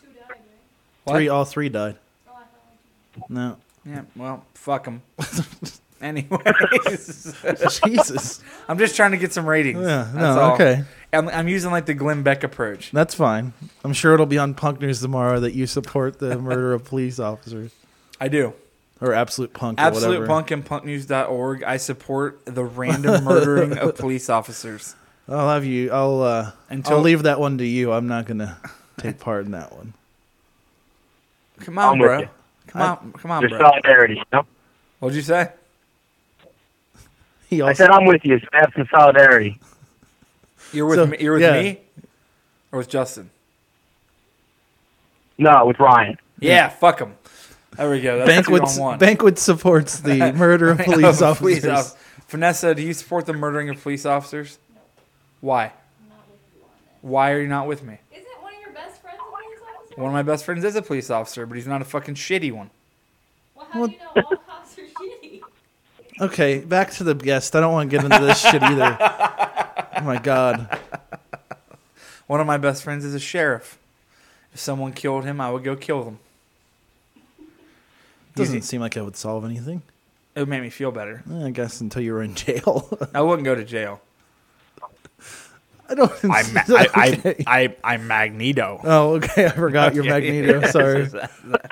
What? three. All three died. No, Yeah. Well, fuck them. Anyways, Jesus. I'm just trying to get some ratings. Yeah, That's no, all. okay. I'm, I'm using like the Glenn Beck approach. That's fine. I'm sure it'll be on Punk News tomorrow that you support the murder of police officers I do. or Absolute Punk. or Absolute whatever. punk and punknews.org. I support the random murdering of police officers. I'll have you. I'll. Uh, Until- I'll leave that one to you. I'm not gonna take part in that one. Come on, I'm with bro. you. Come on, come on, Just bro. solidarity. You know? What'd you say? He I also. said I'm with you. So have some solidarity. You're with So, me. You're with yeah. me, or with Justin? No, with Ryan. Yeah, fuck him. There we go. That's Banquets, two on one. banquet supports the murder of police Of officers. off- Vanessa, do you support the murdering of police officers? Why? Why are you not with me? Isn't one of your best friends a police officer? One of my best friends is a police officer, but he's not a fucking shitty one. Well, how do you know all cops are shitty? Okay, back to the guest. I don't want to get into this shit either. Oh my god. One of my best friends is a sheriff. If someone killed him, I would go kill them. Doesn't seem like I would solve anything. It would make me feel better. Eh, I guess until you were in jail. I wouldn't go to jail. I don't. Okay. I, I, I'm Magneto. Oh, okay. I forgot you're Magneto. Sorry,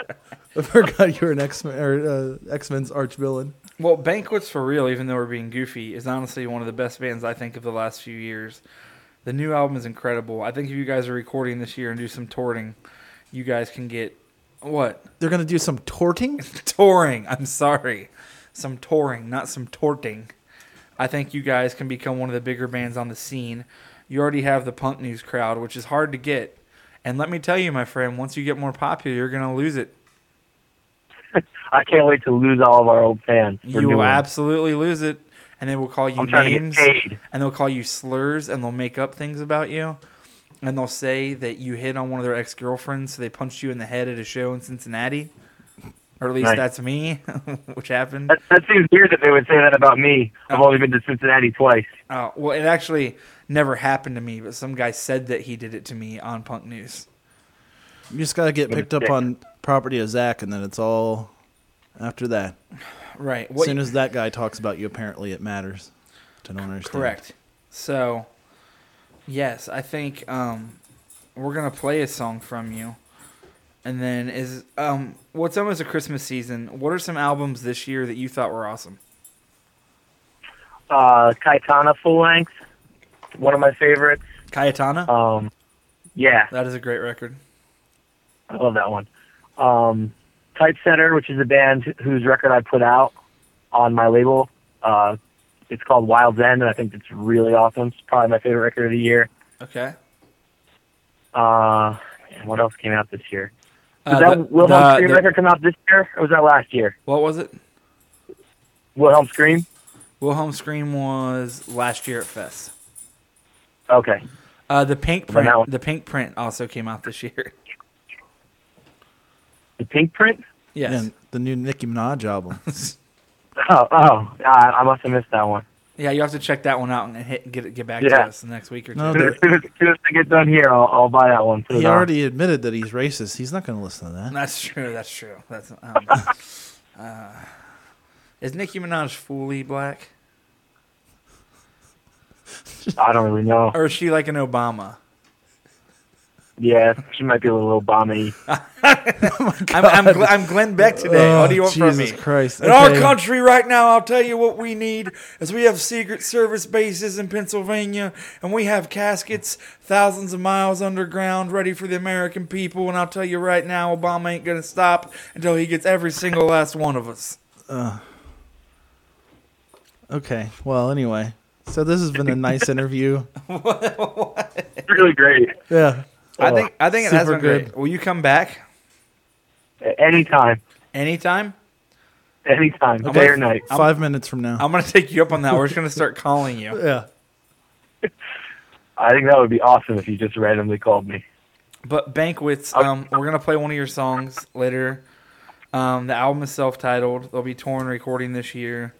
I forgot you were an X Men or uh, X Men's arch villain. Well, Banquets for Real, even though we're being goofy, is honestly one of the best bands I think of the last few years. The new album is incredible. I think if you guys are recording this year and do some touring, you guys can get What? They're gonna do some torting. touring. I'm sorry. Some touring, not some torting. I think you guys can become one of the bigger bands on the scene. You already have the punk news crowd, which is hard to get. And let me tell you, my friend, once you get more popular, you're going to lose it. I can't wait to lose all of our old fans. for You new will ones. absolutely lose it. And they will call you I'm trying to get names. paid. And they'll call you slurs and they'll make up things about you. And they'll say that you hit on one of their ex girlfriends, so they punched you in the head at a show in Cincinnati. Or at least Nice. that's me, which happened. That, that seems weird that they would say that about me. I've only been to Cincinnati twice. Oh, well, it actually never happened to me, but some guy said that he did it to me on Punk News. You just gotta get picked up on property of Zach, and then it's all after that. Right. As soon as that guy talks about you, apparently it matters. I don't understand. correct. So, yes, I think um, we're gonna play a song from you, and then is um, what's almost a Christmas season. What are some albums this year that you thought were awesome? Uh, Kaitana full length, one of my favorites. Cayetana. Um, yeah, that is a great record. I love that one. Um, Typesetter, which is a band wh- whose record I put out on my label. Uh, it's called Wild's End, and I think it's really awesome. It's probably my favorite record of the year. Okay. Uh, man, what else came out this year? Did Uh, that the- Wilhelm the- Scream the- record come out this year, or was that last year? What was it? Wilhelm Scream? Wilhelm Scream was last year at Fest. Okay. Uh, the Pink Well, Print. now- The Pink Print also came out this year. The Pink Print? Yes. And the new Nicki Minaj album. Oh, oh, I, I must have missed that one. Yeah, you have to check that one out and hit, get get back to Yeah. us the next week or two. No, As they're- soon as, as soon as I get done here, I'll, I'll buy that one. Put he it on. already admitted that he's racist. He's not gonna listen to that. that's true. That's true. That's um, uh, is Nicki Minaj fully black I don't really know. or is she like an Obama? Yeah, she might be a little Obama I'm I'm, Gl- I'm Glenn Beck today. what do you want from me? Oh, Jesus Christ. In our Okay. country right now, I'll tell you what we need is we have Secret Service bases in Pennsylvania, and we have caskets thousands of miles underground ready for the American people. And I'll tell you right now, Obama ain't gonna stop until he gets every single last one of us. Okay. Well, anyway. So this has been a nice interview. Really great. Yeah. I think I think it has super been good. great. Will you come back A- Anytime. anytime? Anytime. Day or night. Five minutes from now. I'm gonna take you up on that. We're just gonna start calling you. yeah. I think that would be awesome if you just randomly called me. But banquets. Um, we're gonna play one of your songs later. Um, the album is self-titled. They'll be touring, recording this year,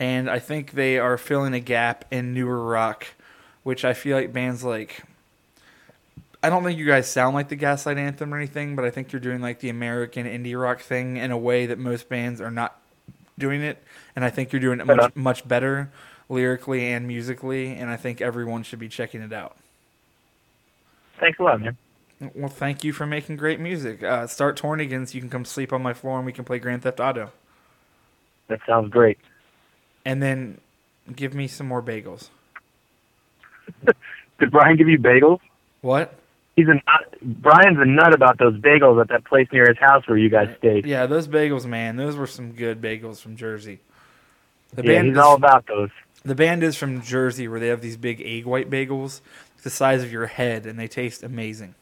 and I think they are filling a gap in newer rock, which I feel like bands like. I don't think you guys sound like the Gaslight Anthem or anything, but I think you're doing like the American indie rock thing in a way that most bands are not doing it, and I think you're doing it Right on. much much better lyrically and musically, and I think everyone should be checking it out. Thanks a lot, man. Well, thank you for making great music. Uh, start Tornigans. You can come sleep on my floor and we can play Grand Theft Auto. That sounds great. And then give me some more bagels. Did Brian give you bagels? What? He's a nut. Brian's a nut about those bagels at that place near his house where you guys stayed. Yeah, those bagels, man. Those were some good bagels from Jersey. The Yeah, band, he's is, all about those. the band is from Jersey where they have these big egg white bagels the size of your head and they taste amazing.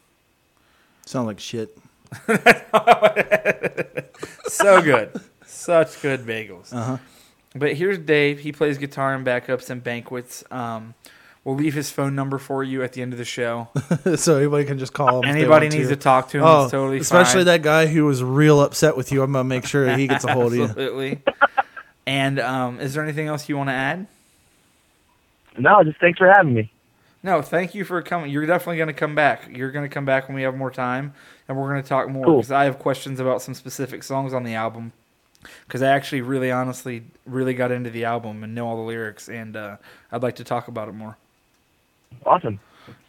Sound like shit. So good. Such good bagels. Uh-huh. But here's Dave. He plays guitar in backups and banquets. Um, we'll leave his phone number for you at the end of the show. so anybody can just call him. if they Anybody want needs to. to talk to him. Oh, it's totally especially fine. that guy who was real upset with you. I'm gonna make sure he gets a hold of you. Absolutely. and um, is there anything else you want to add? No, just thanks for having me. No, thank you for coming. You're definitely going to come back. You're going to come back when we have more time, and we're going to talk more Cool. because I have questions about some specific songs on the album. Because I actually, really, honestly, really got into the album and know all the lyrics, and uh, I'd like to talk about it more. Awesome.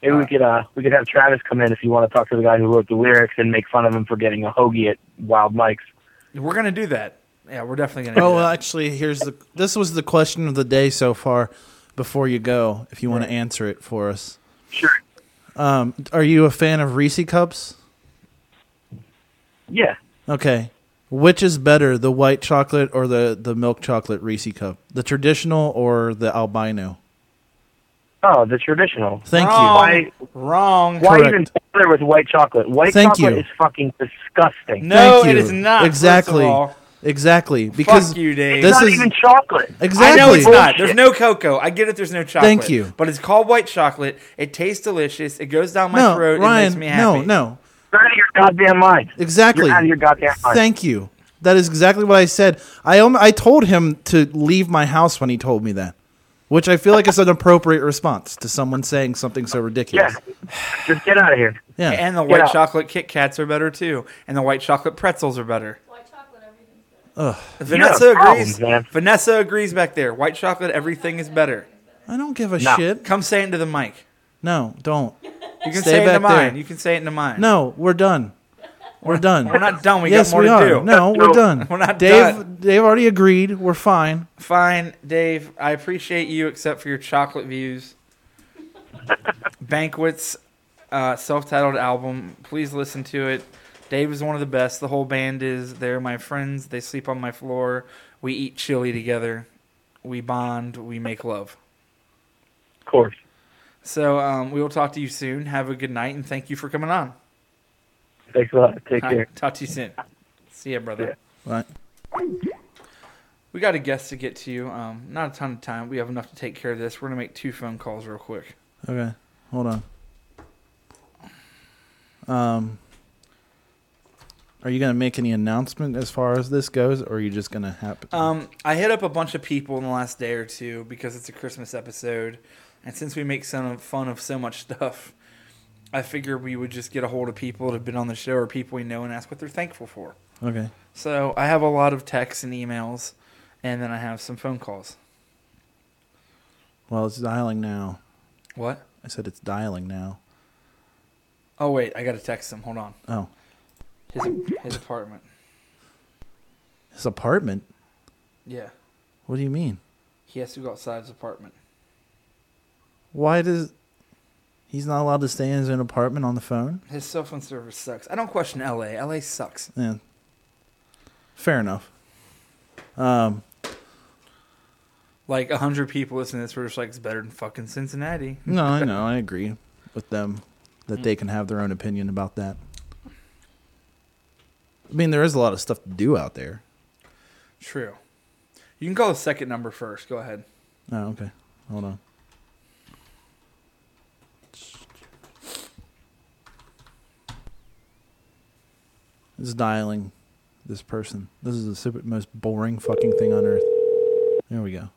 Maybe we Uh, could uh we could have Travis come in if you want to talk to the guy who wrote the lyrics and make fun of him for getting a hoagie at Wild Mike's. We're going to do that. Yeah, we're definitely going to. Oh, do well, that. actually, here's the. This was the question of the day so far. Before you go, if you want to answer it for us, Sure. um, are you a fan of Reese cups? Yeah. Okay. Which is better, the white chocolate or the, the milk chocolate Reese cup? The traditional or the albino? Oh, the traditional. Thank you. Why? Wrong. Why Correct. even bother with white chocolate? White Thank chocolate you. is fucking disgusting. No, Thank it you. is not. first of Exactly. all. Exactly. Because Fuck you, Dave. It's this not is- even chocolate. Exactly. I know it's not. Bullshit. There's no cocoa. I get it. There's no chocolate. Thank you. But it's called white chocolate. It tastes delicious. It goes down my no, throat. Ryan, it makes me happy. No, no. You're out of your goddamn mind. Exactly. You're out of your goddamn mind. Thank you. That is exactly what I said. I om- I told him to leave my house when he told me that, which I feel like is an appropriate response to someone saying something so yeah. ridiculous. Just get out of here. Yeah. And the Get white out. chocolate Kit Kats are better too. And the white chocolate pretzels are better. White chocolate, everything's good. Vanessa have agrees. problems, man. Vanessa agrees back there. White chocolate, everything is better. I don't give a No. shit. Come say it into the mic. No, don't. You can Stay say it into back there. mine. You can say it into mine. No, we're done. We're done. We're not done. We yes, got more we to are. do. No, we're No. done. We're not Dave, done. Dave already agreed. We're fine. Fine, Dave. I appreciate you, except for your chocolate views. Banquets, uh, self-titled album. Please listen to it. Dave is one of the best. The whole band is. They're my friends. They sleep on my floor. We eat chili together. We bond. We make love. Of course. So um, we will talk to you soon. Have a good night, and thank you for coming on. Thanks a lot. Take care. Talk to you soon. See ya, brother. Right. We got a guest to get to you. Um, not a ton of time. We have enough to take care of this. We're gonna make two phone calls real quick. Okay. Hold on. Um, are you gonna make any announcement as far as this goes, or are you just gonna happen? Um, I hit up a bunch of people in the last day or two because it's a Christmas episode, and since we make some fun of so much stuff, I figure we would just get a hold of people that have been on the show or people we know and ask what they're thankful for. okay. So I have a lot of texts and emails, and then I have some phone calls. Well, it's dialing now. What? I said it's dialing now. Oh wait, I gotta text them. Hold on. Oh, His his apartment. his apartment. Yeah, What do you mean? he has to go outside his apartment. Why does he's not allowed to stay in his own apartment on the phone? His cell phone service sucks. I don't question LA. LA sucks. Yeah. Fair enough. Um. Like a hundred people listening to this were just like, it's better than fucking Cincinnati. No, I know. I agree with them that they can have their own opinion about that. I mean, there is a lot of stuff to do out there. True. You can call the second number first. Go ahead. Oh, okay. Hold on. It's dialing this person. This is the super, most boring fucking thing on earth. There we go.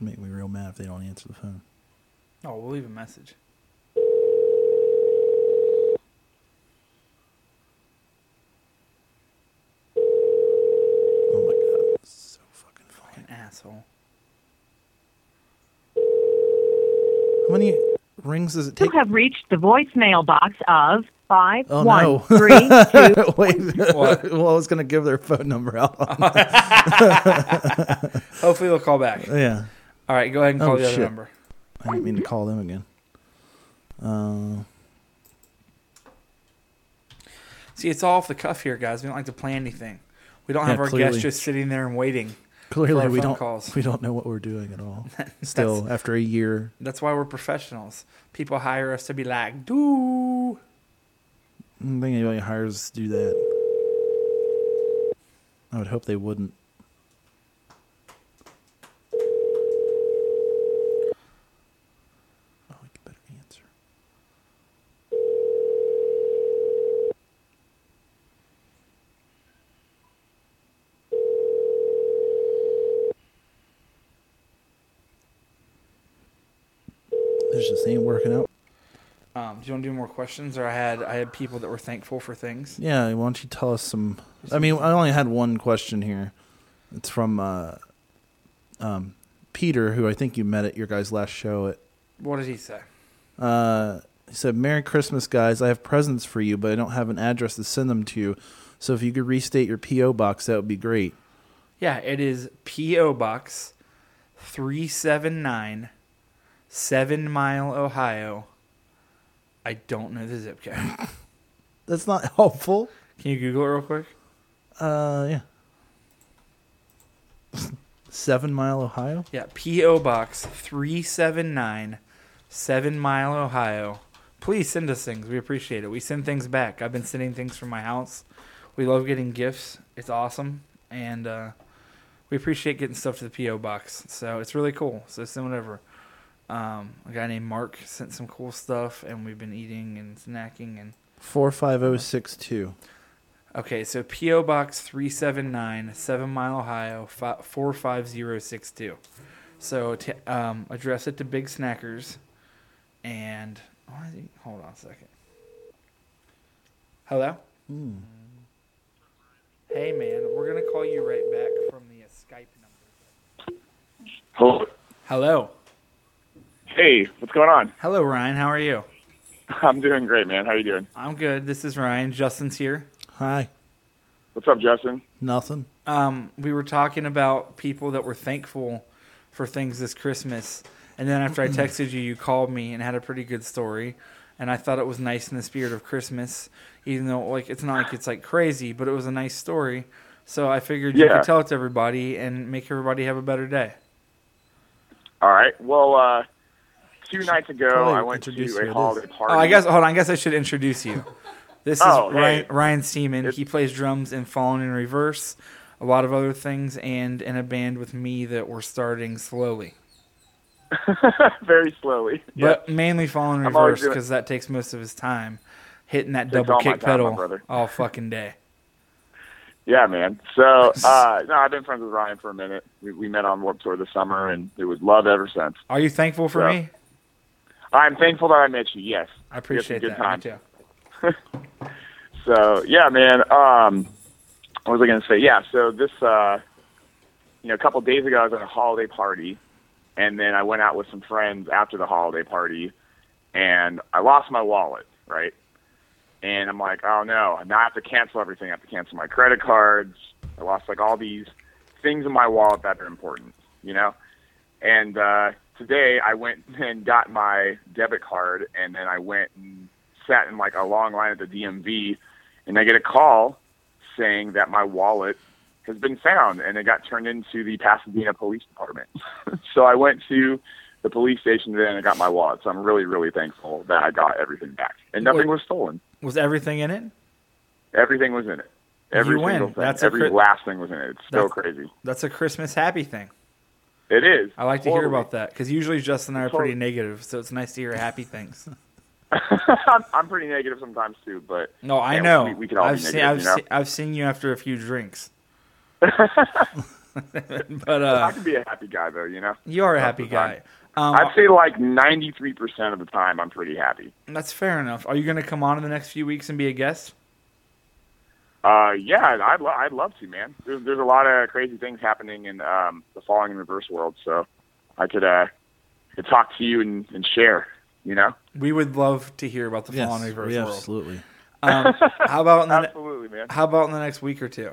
Make me real mad if they don't answer the phone. Oh, we'll leave a message. Oh my god, this is so fucking funny. An asshole. How many rings does it take? have reached the voicemail box of five Oh, one no. three two. Wait, What? Uh-huh. well, I was gonna give their phone number out. Hopefully they'll call back. yeah, All right, go ahead and call Oh, the other shit. number. I didn't mean to call them again. Uh, See, it's all off the cuff here, guys. We don't like to plan anything. We don't Yeah, have our clearly. guests just sitting there and waiting. clearly, our we phone don't calls. we don't know what we're doing at all. Still, after a year, That's why we're professionals. People hire us to be like, do. I don't think anybody hires us to do that. I would hope they wouldn't. Oh, we could better answer. This just ain't working out. Um, do you want to do more questions? Or I had I had people that were thankful for things. Yeah, why don't you tell us some? I mean, I only had one question here. It's from uh, um, Peter, who I think you met at your guys' last show. At What did he say? uh, he said, "Merry Christmas, guys! I have presents for you, but I don't have an address to send them to. So if you could restate your PO box, that would be great." Yeah, it is P.O. Box 379, 7 Mile, Ohio. I don't know the zip code. That's not helpful. Can you Google it real quick? Uh, yeah. Seven Mile, Ohio. Yeah, P.O. Box 379, 7 Mile, Ohio. Please send us things. We appreciate it. We send things back. I've been sending things from my house. We love getting gifts, it's awesome. And uh, we appreciate getting stuff to the P.O. Box. So it's really cool. So send whatever. Um, a guy named Mark sent some cool stuff, and we've been eating and snacking and Four five zero six two. Okay, so P.O. Box 379, 7 Mile, Ohio, fi- 45062. So t- um, address it to Big Snackers. And why is he- hold on a second. Hello? Hey, man, we're going to call you right back from the uh, Skype number. Hello. Hello. Hey, what's going on? Hello, Ryan. How are you? I'm doing great, man. How you doing? I'm good. This is Ryan. Justin's here. Hi. What's up, Justin? Nothing. um, we were talking about people that were thankful for things this Christmas. And then after I texted you, you called me and had a pretty good story. And I thought it was nice in the spirit of Christmas, even though like it's not like it's like crazy, but it was a nice story. So I figured you Yeah. could tell it to everybody and make everybody have a better day. All right. Well, uh, two nights ago, probably I went introduce who to it a holiday party. Oh, I guess hold on. I guess I should introduce you. This is Oh, Ryan, hey. Ryan Seaman. he plays drums in Fallen in Reverse, a lot of other things, and in a band with me that we're starting slowly. very slowly. but mainly falling I'm always reverse doing- because that takes most of his time hitting that Takes double all my kick time, my pedal brother. all fucking day. Yeah, man. So, uh, no, I've been friends with Ryan for a minute. We, we met on Warp Tour this summer, and it was love ever since. Are you thankful for Yeah. me? I'm thankful that I met you. Yes, I appreciate good that. time. Me too. So yeah, man. Um, what was I going to say? Yeah. So this, uh, you know, a couple days ago, I was at a holiday party, and then I went out with some friends after the holiday party, and I lost my wallet. Right. And I'm like, oh no! Now I have to cancel everything. I have to cancel my credit cards. I lost like all these things in my wallet that are important. You know. And uh, today I went and got my debit card, and then I went and sat in like a long line at the DMV, and I get a call saying that my wallet has been found, and it got turned into the Pasadena Police Department. so I went to the police station then and I got my wallet. So I'm really, really thankful that I got everything back, and nothing was stolen. Was everything in it? Everything was in it. Every You win. single thing. That's a Every cri- last thing was in it. It's so That's- crazy. That's a Christmas happy thing. It is. I like to hear Horrible. about that because usually Justin and I are pretty Totally. negative, so it's nice to hear happy things. I'm, I'm pretty negative sometimes too, but No, I yeah, know. we, we can all I've be seen, negative. I've, you know? seen, I've seen you after a few drinks. but I uh, can be a happy guy though, you know. you are a happy guy. Um, I'd say like 93% of the time I'm pretty happy. that's fair enough. Are you going to come on in the next few weeks and be a guest? Uh, yeah, I'd, lo- I'd love to, man. There's, there's a lot of crazy things happening in um, the falling in reverse world, so I could uh, could talk to you and, and share, you know? We would love to hear about the Yes, Fallen Reverse we world. absolutely. Um, how about in the ne- Absolutely, man. how about in the next week or two?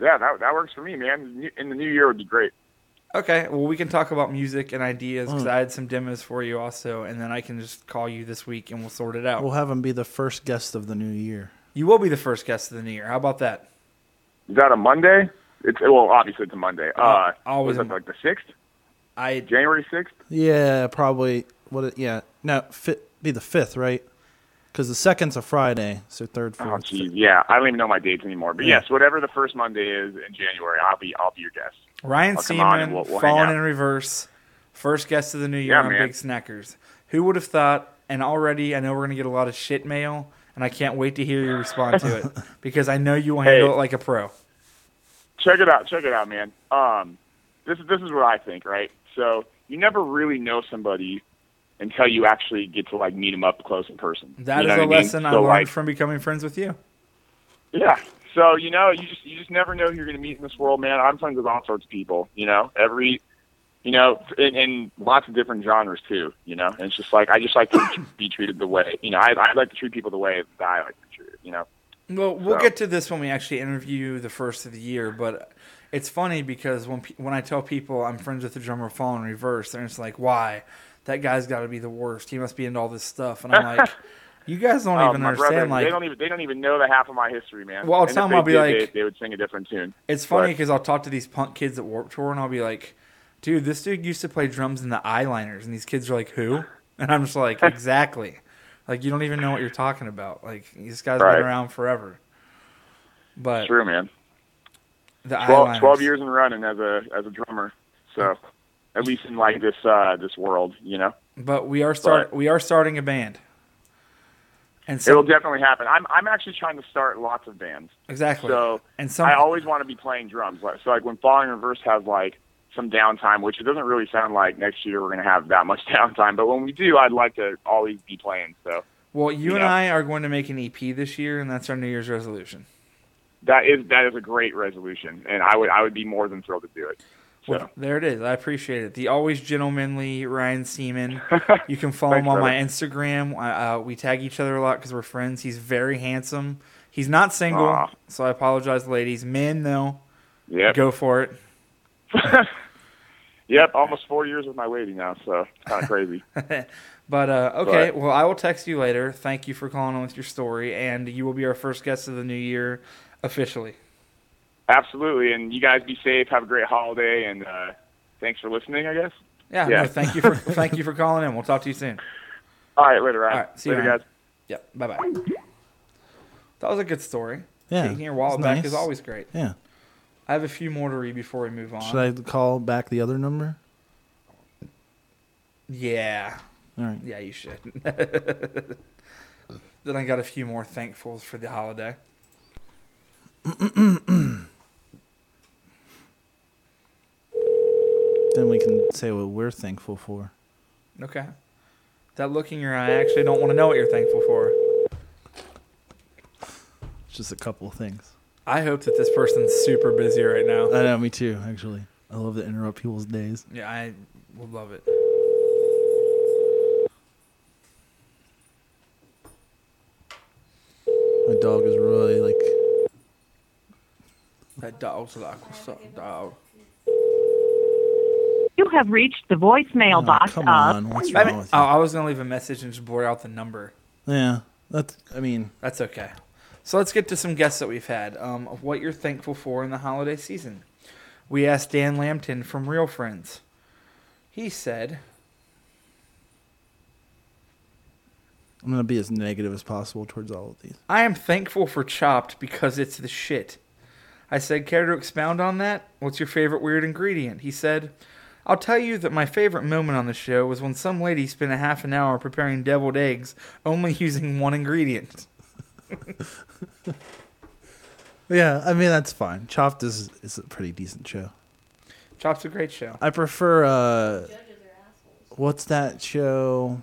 Yeah, that, that works for me, man. In the new year would be great. Okay, well we can talk about music and ideas because I had some demos for you also, and then I can just call you this week and we'll sort it out. We'll have him be the first guest of the new year. you will be the first guest of the new year. How about that? Is that a Monday? It's Well, obviously it's a Monday. Uh-huh. Uh, always was a it like the 6th? I January 6th? Yeah, probably. What? it- Yeah, no, fit, be the fifth, right? Because the second's a Friday, so third, Oh, fourth. geez, yeah. I don't even know my dates anymore. But yes, whatever the first Monday is in January, I'll be I'll be your guest. Ryan Oh, come on, Seaman we'll- we'll hang falling out. in reverse, first guest of the new year Yeah, on man. Big Snackers. Who would have thought? And already I know we're gonna get a lot of shit mail, and I can't wait to hear you respond to it because I know you will handle it like a pro. Check it out. Check it out, man. Um, this is this is what I think, right? So you never really know somebody until you actually get to like meet them up close in person. That is You know a what I mean? lesson I So, learned like, from becoming friends with you. Yeah. So you know, you just you just never know who you're going to meet in this world, man. I'm friends with all sorts of people. You know, every you know, and, and lots of different genres too. You know, and it's just like I just like to be treated the way you know I I like to treat people the way that I like to be treated. You know, Well, we'll So- get to this when we actually interview the first of the year, but it's funny because when pe- when I tell people I'm friends with the drummer of Fall in Reverse, they're just like, "Why? That guy's got to be the worst. He must be into all this stuff." And I'm like, "You guys don't Oh, even my understand. brother, like, they don't even they don't even know the half of my history, man. Well, I'll And tell if 'em I'll they be did, like- they, they would sing a different tune. It's funny because I'll talk to these punk kids at Warp Tour and I'll be like, dude, this dude used to play drums in the eyeliners. And these kids are like, who? And I'm just like, exactly. Like, you don't even know what you're talking about. Like, this guy's Right. been around forever. But It's true, man. the 12, eyeliners. 12 years in running as a as a drummer. So, at least in like this uh this world, you know, But we are start we are starting a band. And so it'll definitely happen. I'm I'm actually trying to start lots of bands. exactly. So and some I always want to be playing drums. Like- So like when Falling in Reverse has like some downtime, which it doesn't really sound like next year we're going to have that much downtime, but when we do, I'd like to always be playing. So well, you and yeah. I are going to make an EP this year, and that's our New Year's resolution. that is that is a great resolution, and I would I would be more than thrilled to do it. So Well, there it is. I appreciate it. The always gentlemanly Ryan Seaman. You can follow him Thanks, on brother. my Instagram. I- Uh, we tag each other a lot because we're friends. He's very handsome. He's not single, Aw. so I apologize, ladies. Men, though, yep, go for it. yep, almost four years with my lady now, so it's kind of crazy. But uh, okay, But- well, I will text you later. Thank you for calling on with your story, and you will be our first guest of the new year officially. Absolutely, and you guys be safe. Have a great holiday, and uh, thanks for listening. I guess. Yeah, Yeah. No, thank you for thank you for calling in. We'll talk to you soon. All right, later. Ryan. All right, see you, later, Ryan. guys. Yeah, bye bye. That was a good story. Yeah, Taking your wallet it's back nice. is always great. Yeah. I have a few more to read before we move on. Should I call back the other number? Yeah. All right. Yeah, you should. then I got a few more thankfuls for the holiday. Then we can say what we're thankful for. Okay. That look in your eye, I actually don't want to know what you're thankful for. It's just a couple of things. I hope that this person's super busy right now. I know, me too, actually. I love to interrupt people's days. Yeah, I would love it. My dog is really like That dog's like, what's up, dog? You have reached the voicemail oh, box come of on, what's I wrong mean, with oh, you? I was going to leave a message and just blur out the number. Yeah. That's I mean That's okay. So let's get to some guests that we've had um, of what you're thankful for in the holiday season. We asked Dan Lambton from Real Friends. He said, I'm gonna be as negative as possible towards all of these. I am thankful for Chopped because it's the shit. I said, Care to expound on that? What's your favorite weird ingredient? He said, I'll tell you that my favorite moment on the show was when some lady spent a half an hour preparing deviled eggs only using one ingredient. Yeah, I mean that's fine. Chopped is is a pretty decent show. Chopped's a great show. I prefer uh Judges are assholes. what's that show?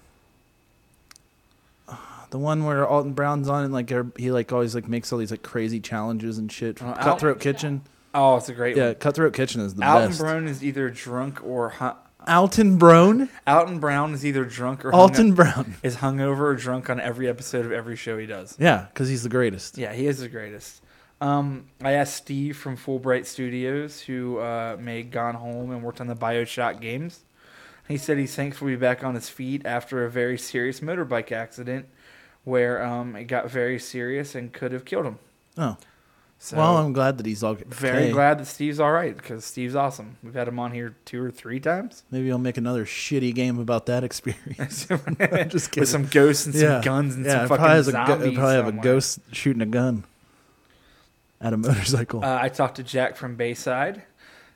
The one where Alton Brown's on and like er- he like always like makes all these like crazy challenges and shit. Uh, Al- Cutthroat Kitchen. Oh, it's a great Yeah, one. Cutthroat Kitchen is the Alton best. Brown is either drunk or hu- Alton Brown. Alton Brown is either drunk or Alton hungo- Brown. is hungover or drunk on every episode of every show he does. Yeah, because he's the greatest. Yeah, he is the greatest. Um, I asked Steve from Fulbright Studios, who uh, made Gone Home and worked on the Bioshock games. He said he's thankful to be back on his feet after a very serious motorbike accident where um, it got very serious and could have killed him. Oh, So well, I'm glad that he's all very okay. glad that Steve's all right because Steve's awesome. We've had him on here two or three times. Maybe I'll make another shitty game about that experience. I'm With just kidding. some ghosts and some yeah, guns and yeah, some it fucking probably has a gu- it zombies. probably have a somewhere. ghost shooting a gun at a motorcycle. Uh, I talked to Jack from Bayside.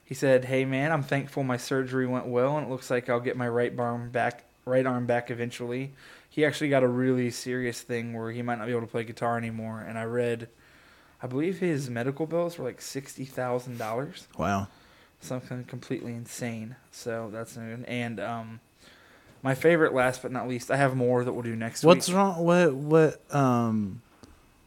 He said, "Hey man, I'm thankful my surgery went well, and it looks like I'll get my right arm back, right arm back eventually." He actually got a really serious thing where he might not be able to play guitar anymore, and I read, I believe his medical bills were like sixty thousand dollars, wow. something completely insane. So that's new. And um, my favorite, last but not least, I have more that we'll do next What's week. wrong? What? What? Um,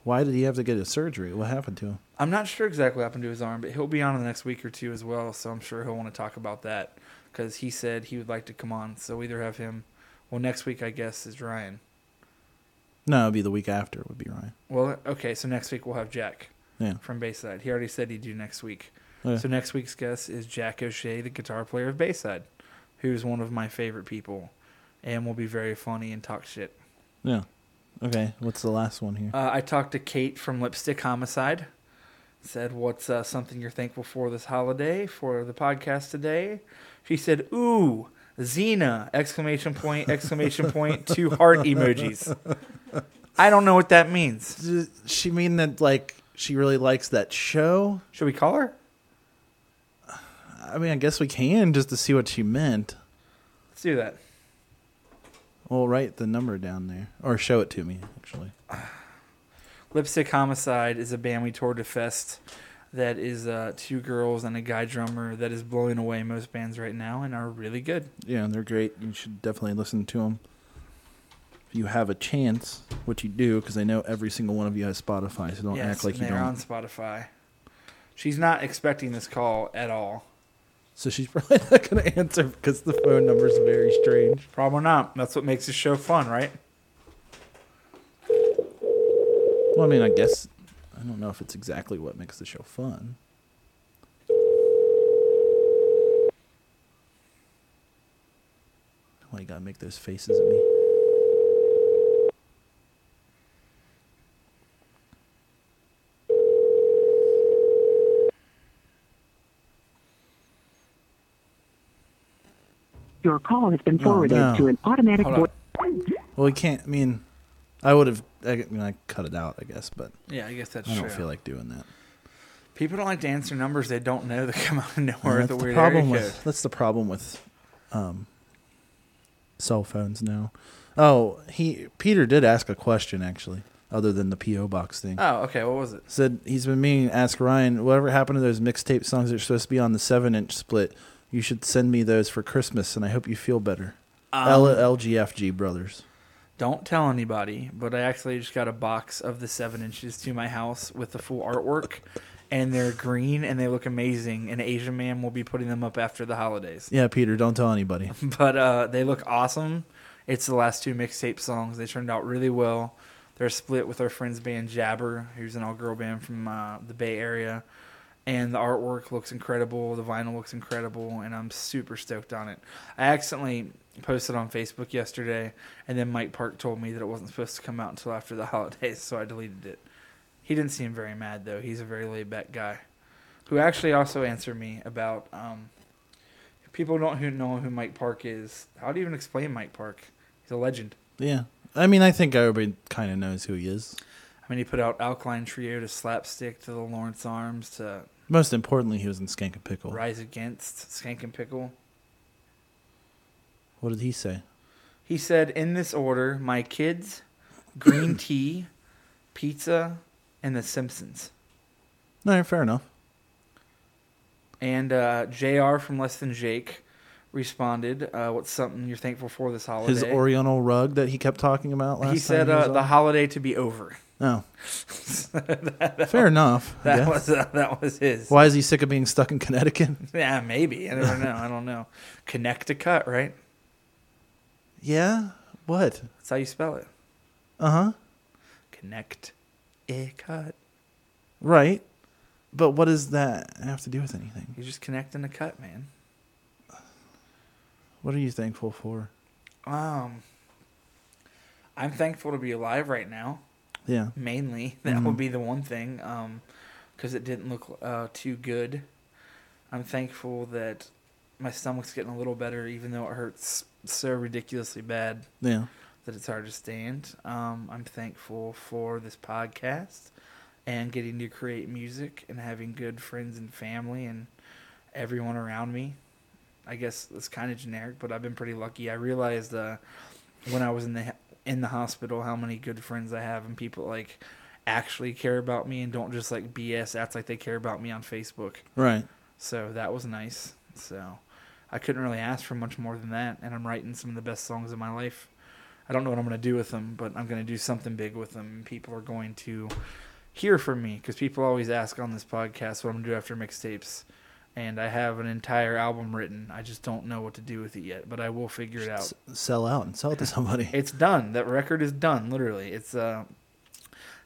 why did he have to get a surgery? What happened to him? I'm not sure exactly what happened to his arm, but he'll be on in the next week or two as well. So I'm sure he'll want to talk about that because he said he would like to come on. So either have him, well, next week I guess is Ryan. No, it'd be the week after. Would be Ryan. Well, okay, so next week we'll have Jack Yeah. from Bayside. He already said he'd do next week. Yeah. So next week's guest is Jack O'Shea, the guitar player of Bayside, who's one of my favorite people, and will be very funny and talk shit. Yeah. Okay. What's the last one here? Uh, I talked to Kate from Lipstick Homicide. Said, "What's uh, something you're thankful for this holiday for the podcast today?" She said, "Ooh, Xena!" Exclamation point! Exclamation point! Two heart emojis. I don't know what that means. Does she mean that like she really likes that show? Should we call her? I mean, I guess we can just to see what she meant. Let's do that. We'll write the number down there or show it to me actually. Lipstick Homicide is a band we toured to Fest that is uh, two girls and a guy drummer that is blowing away most bands right now and are really good. Yeah, they're great. You should definitely listen to them. If you have a chance, which you do, because I know every single one of you has Spotify, so don't act like and you they're don't. on Spotify. She's not expecting this call at all. So she's probably not going to answer because the phone number's very strange. Probably not. That's what makes the show fun, right? Well, I mean, I guess I don't know if it's exactly what makes the show fun. Why you gotta make those faces at me? Your call has been Oh, forwarded no. to an automatic Hold voice. Well, we can't. I mean, I would have. I mean, I cut it out, I guess, but Yeah, I guess that's I true. don't feel like doing that. People don't like to answer numbers they don't know that come out of nowhere. Well, at that's the the weird problem area with that's the problem with um, cell phones now. Oh, he Peter did ask a question actually, other than the PO box thing. code. Oh, okay. What was it? Said he's been meaning to ask Ryan whatever happened to those mixtape songs that are supposed to be on the seven inch split. You should send me those for Christmas, and I hope you feel better. L- Um, LGFG brothers. Don't tell anybody, but I actually just got a box of the seven inches to my house with the full artwork, and they're green and they look amazing. And Asian Man will be putting them up after the holidays. Yeah, Peter, don't tell anybody. But uh, they look awesome. It's the last two mixtape songs. They turned out really well. They're split with our friend's band Jabber, who's an all girl band from uh, the Bay Area. And the artwork looks incredible. The vinyl looks incredible. And I'm super stoked on it. I accidentally posted on Facebook yesterday. And then Mike Park told me that it wasn't supposed to come out until after the holidays. So I deleted it. He didn't seem very mad, though. He's a very laid back guy who actually also answered me about. Um, People don't who know who Mike Park is. How do you even explain Mike Park? He's a legend. Yeah, I mean, I think everybody kind of knows who he is. I mean, he put out Alkaline Trio to Slapstick to the Lawrence Arms to Most importantly, he was in Skank and Pickle. Rise Against Skank and Pickle. What did he say? He said, in this order, my kids, green tea, pizza, and The Simpsons. No, fair enough. And uh, JR from Less Than Jake responded, uh, What's something you're thankful for this holiday? His Oriental rug that he kept talking about last he said, time. uh, The holiday to be over. oh, that fair enough. I that guess. was, uh, that was his. Why is he sick of being stuck in Connecticut? Yeah, maybe. I don't know. I don't know. Connect to cut, right? yeah. What? That's how you spell it. Uh huh. Connect a cut. Right. But what does that have to do with anything? You're just connecting a cut, man. What are you thankful for? Um I'm thankful to be alive right now, Yeah. mainly. That would be the one thing. Um because it didn't look uh, too good. I'm thankful that my stomach's getting a little better, even though it hurts so ridiculously bad. Yeah. that it's hard to stand. Um, I'm thankful for this podcast and getting to create music and having good friends and family and everyone around me. I guess it's kind of generic, but I've been pretty lucky. I realized uh, when I was in the in the hospital how many good friends I have and people like actually care about me and don't just like BS. That's like they care about me on Facebook. Right. So that was nice. So I couldn't really ask for much more than that. And I'm writing some of the best songs of my life. I don't know what I'm going to do with them, but I'm going to do something big with them. And people are going to hear from me because people always ask on this podcast what I'm going to do after mixtapes. and I have an entire album written. I just don't know what to do with it yet, but I will figure it out. Sell out and sell it to somebody. It's done. That record is done. Literally, it's uh,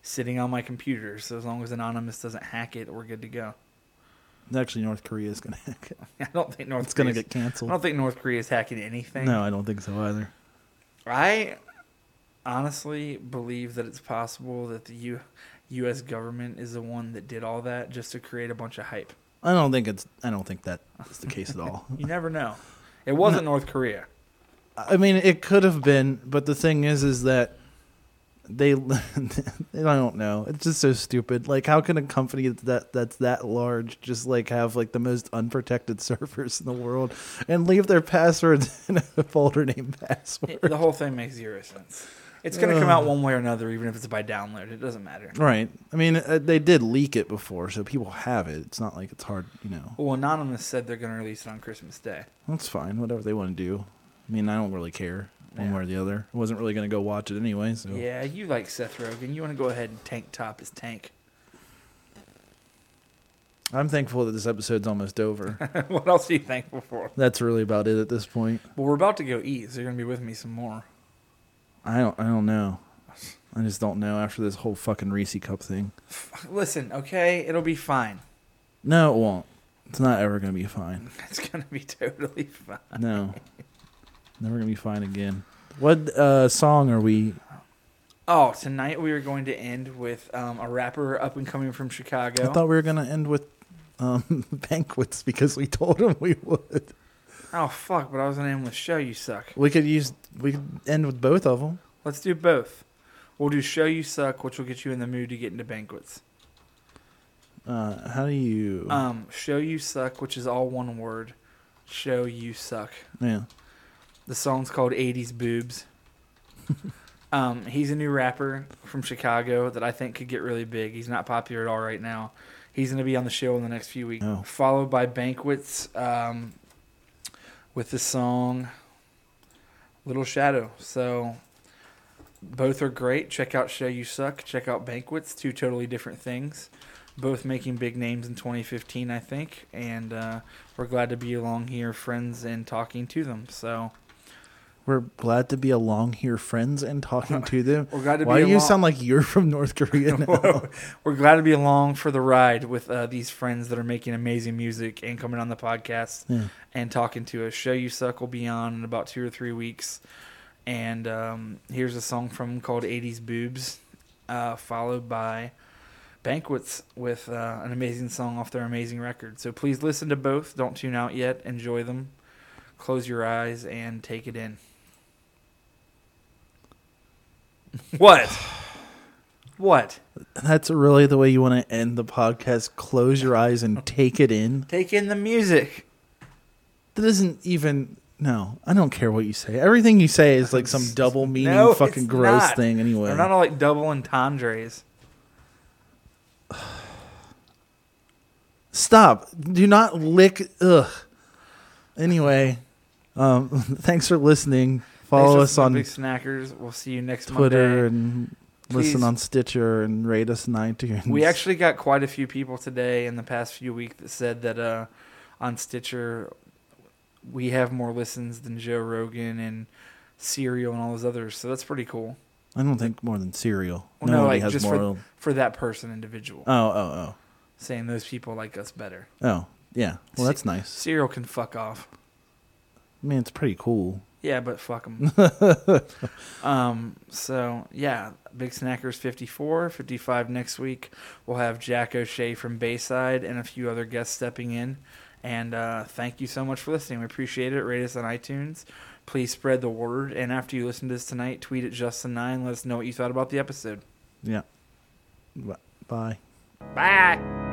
sitting on my computer. So as long as Anonymous doesn't hack it, we're good to go. Actually, North Korea is going to. I don't think North. It's gonna Korea's- get canceled. I don't think North Korea is hacking anything. No, I don't think so either. I honestly believe that it's possible that the U- U.S. government is the one that did all that just to create a bunch of hype. I don't think it's. I don't think that is the case at all. You never know. It wasn't North Korea. I mean, it could have been, but the thing is, is that they. I don't know. It's just so stupid. Like, how can a company that that's that large just like have like the most unprotected servers in the world and leave their passwords in a folder named password? It- the whole thing makes zero sense. It's going to come out one way or another, even if it's by download. It doesn't matter. Right. I mean, uh, they did leak it before, so people have it. It's not like it's hard, you know. Well, Anonymous said they're going to release it on Christmas Day. That's fine. Whatever they want to do. I mean, I don't really care one way or the other. I wasn't really going to go watch it anyway, so. Yeah, you like Seth Rogen. You want to go ahead and tank top his tank. I'm thankful that this episode's almost over. what else are you thankful for? That's really about it at this point. Well, we're about to go eat, so you're going to be with me some more. I don't I don't know. I just don't know after this whole fucking Reese cup thing. Listen, okay? It'll be fine. No, it won't. It's not ever going to be fine. It's going to be totally fine. No. Never going to be fine again. What uh song are we Oh, tonight we are going to end with um, a rapper up and coming from Chicago. I thought we were going to end with um banquets because we told him we would. oh, fuck, but I was going to end with Show You Suck. We could use we could end with both of them. Let's do both. We'll do Show You Suck, which will get you in the mood to get into banquets. Uh how do you Um, show you suck, which is all one word. Show you suck. Yeah. The song's called "80s Boobs." um, he's a new rapper from Chicago that I think could get really big. He's not popular at all right now. He's going to be on the show in the next few weeks, Oh. followed by banquets um, with the song "Little Shadow." So. Both are great. Check out Show You Suck. Check out Banquets. Two totally different things both making big names in 2015, I think, and uh, we're glad to be along here, friends, and talking to them. So We're glad to be along here, friends, and talking to them. We're glad to Why be do you along- sound like you're from North Korea now? we're glad to be along for the ride with uh, these friends that are making amazing music and coming on the podcast Yeah. and talking to us. Show You Suck will be on in about two or three weeks. And um, here's a song from 'em called 80s Boobs, uh, followed by Banquets with uh, an amazing song off their amazing record. So please listen to both. Don't tune out yet. Enjoy them. Close your eyes and take it in. What? What? That's really the way you want to end the podcast. Close your eyes and take it in. Take in the music. That isn't even. No, I don't care what you say. Everything you say is like some double meaning, fucking it's gross not. thing. Anyway, They're not all like double entendres. stop. Do not lick. Ugh. Anyway, um, thanks for listening. Follow Thanks us for on Big Snackers. We'll see you next Twitter Monday. and Please. listen on Stitcher and rate us on iTunes. We actually got quite a few people today in the past few weeks that said that uh, on Stitcher we have more listens than Joe Rogan and Serial and all those others. So that's pretty cool. I don't think more than cereal. Well, no, Nobody like has just more. for, for that person individual, Oh, oh, saying those people like us better. oh, oh. Yeah. Well, that's nice. Serial can fuck off. I mean, it's pretty cool. Yeah, but fuck them. um, so, yeah, Big Snackers 54, 55 next week. We'll have Jack O'Shea from Bayside and a few other guests stepping in. And uh, thank you so much for listening. We appreciate it. Rate us on iTunes. Please spread the word. And after you listen to this tonight, tweet at Justin9. Let us know what you thought about the episode. Yeah. Wha- Bye. Bye.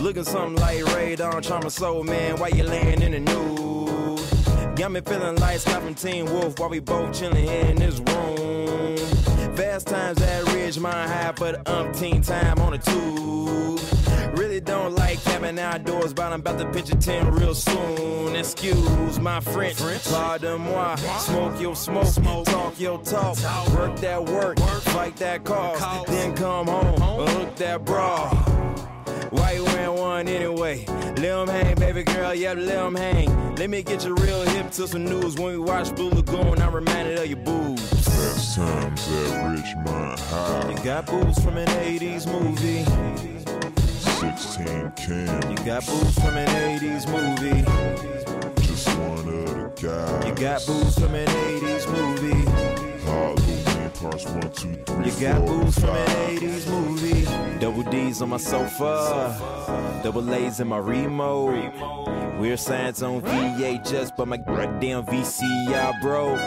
Look at something like radar, trauma soul man, while you laying in the news. Got me feeling like Stephen Teen Wolf while we both chilling here in this room. Fast times at Ridgemont High for the umpteen time on the tube. Really don't like cabin outdoors, but I'm about to pitch a 10 real soon. Excuse my French, pardon moi. Smoke your smoke, talk your talk, work that work, fight that cause, then come home, hook that bra. Why you wearing one anyway? Let 'em hang, baby girl, yep, let 'em hang. Let me get you real hip to some news. When we watch Blue Lagoon, I'm reminded of your boobs. Fast times at Richmond High. You got boobs from an 80s movie. 16 cam. You got boobs from an 80s movie. Just one of the guys. You got boobs from an 80s movie. Halloween parts oh one, two, three, You got four, boobs from five. an 80s movie. Double D's on my sofa. Double A's in my remote. Weird signs on VHS, but my goddamn VCR broke.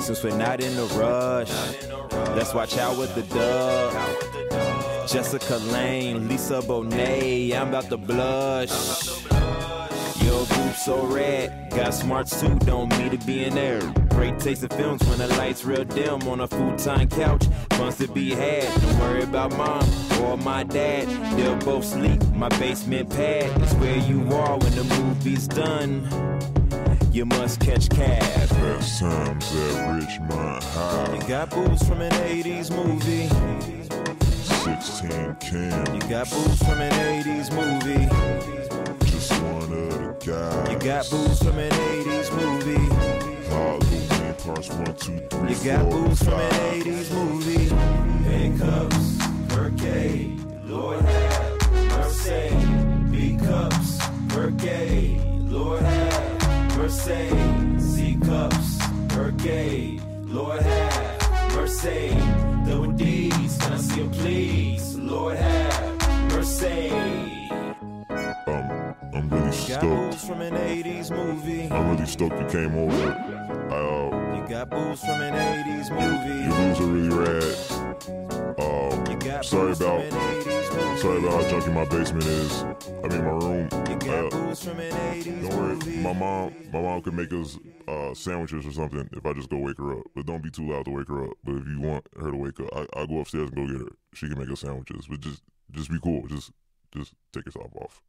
Since we're not in a rush, let's watch out with the duck. Jessica Lane, Lisa Bonet, I'm about to blush. Your group so red, got smarts too, don't need to be in there. Great taste in films when the lights real dim on a futon couch. Funs to be had, don't worry about mom or my dad. They'll both sleep, my basement pad is where you are when the movie's done. You must catch cab. Fast times at Richmond High. You got boobs from an 80s movie. 16 cam. You got boobs from an 80s movie. Just one of the guys. You got boobs from an 80s movie. Halloween parts one, two, three, You got four, boobs from five. an 80s movie. Handcuffs, Percay, Lord have mercy. B cups, Percay, Lord have mercy. C cups, Percay, Lord have mercy. Double D's, can I see 'em please? Lord have mercy. Um, I'm really Got stoked. boobs from an 80s movie. I'm really stoked you came over. I, uh, You got boobs from an 80s movie. your moves are really rad. Um, sorry about, sorry about how junky my basement is. I mean my room. Uh, don't worry, my mom, my mom could make us uh, sandwiches or something if I just go wake her up. But don't be too loud to wake her up. But if you want her to wake up, I, I'll go upstairs and go get her. She can make us sandwiches. But just, just be cool. Just, just take yourself off.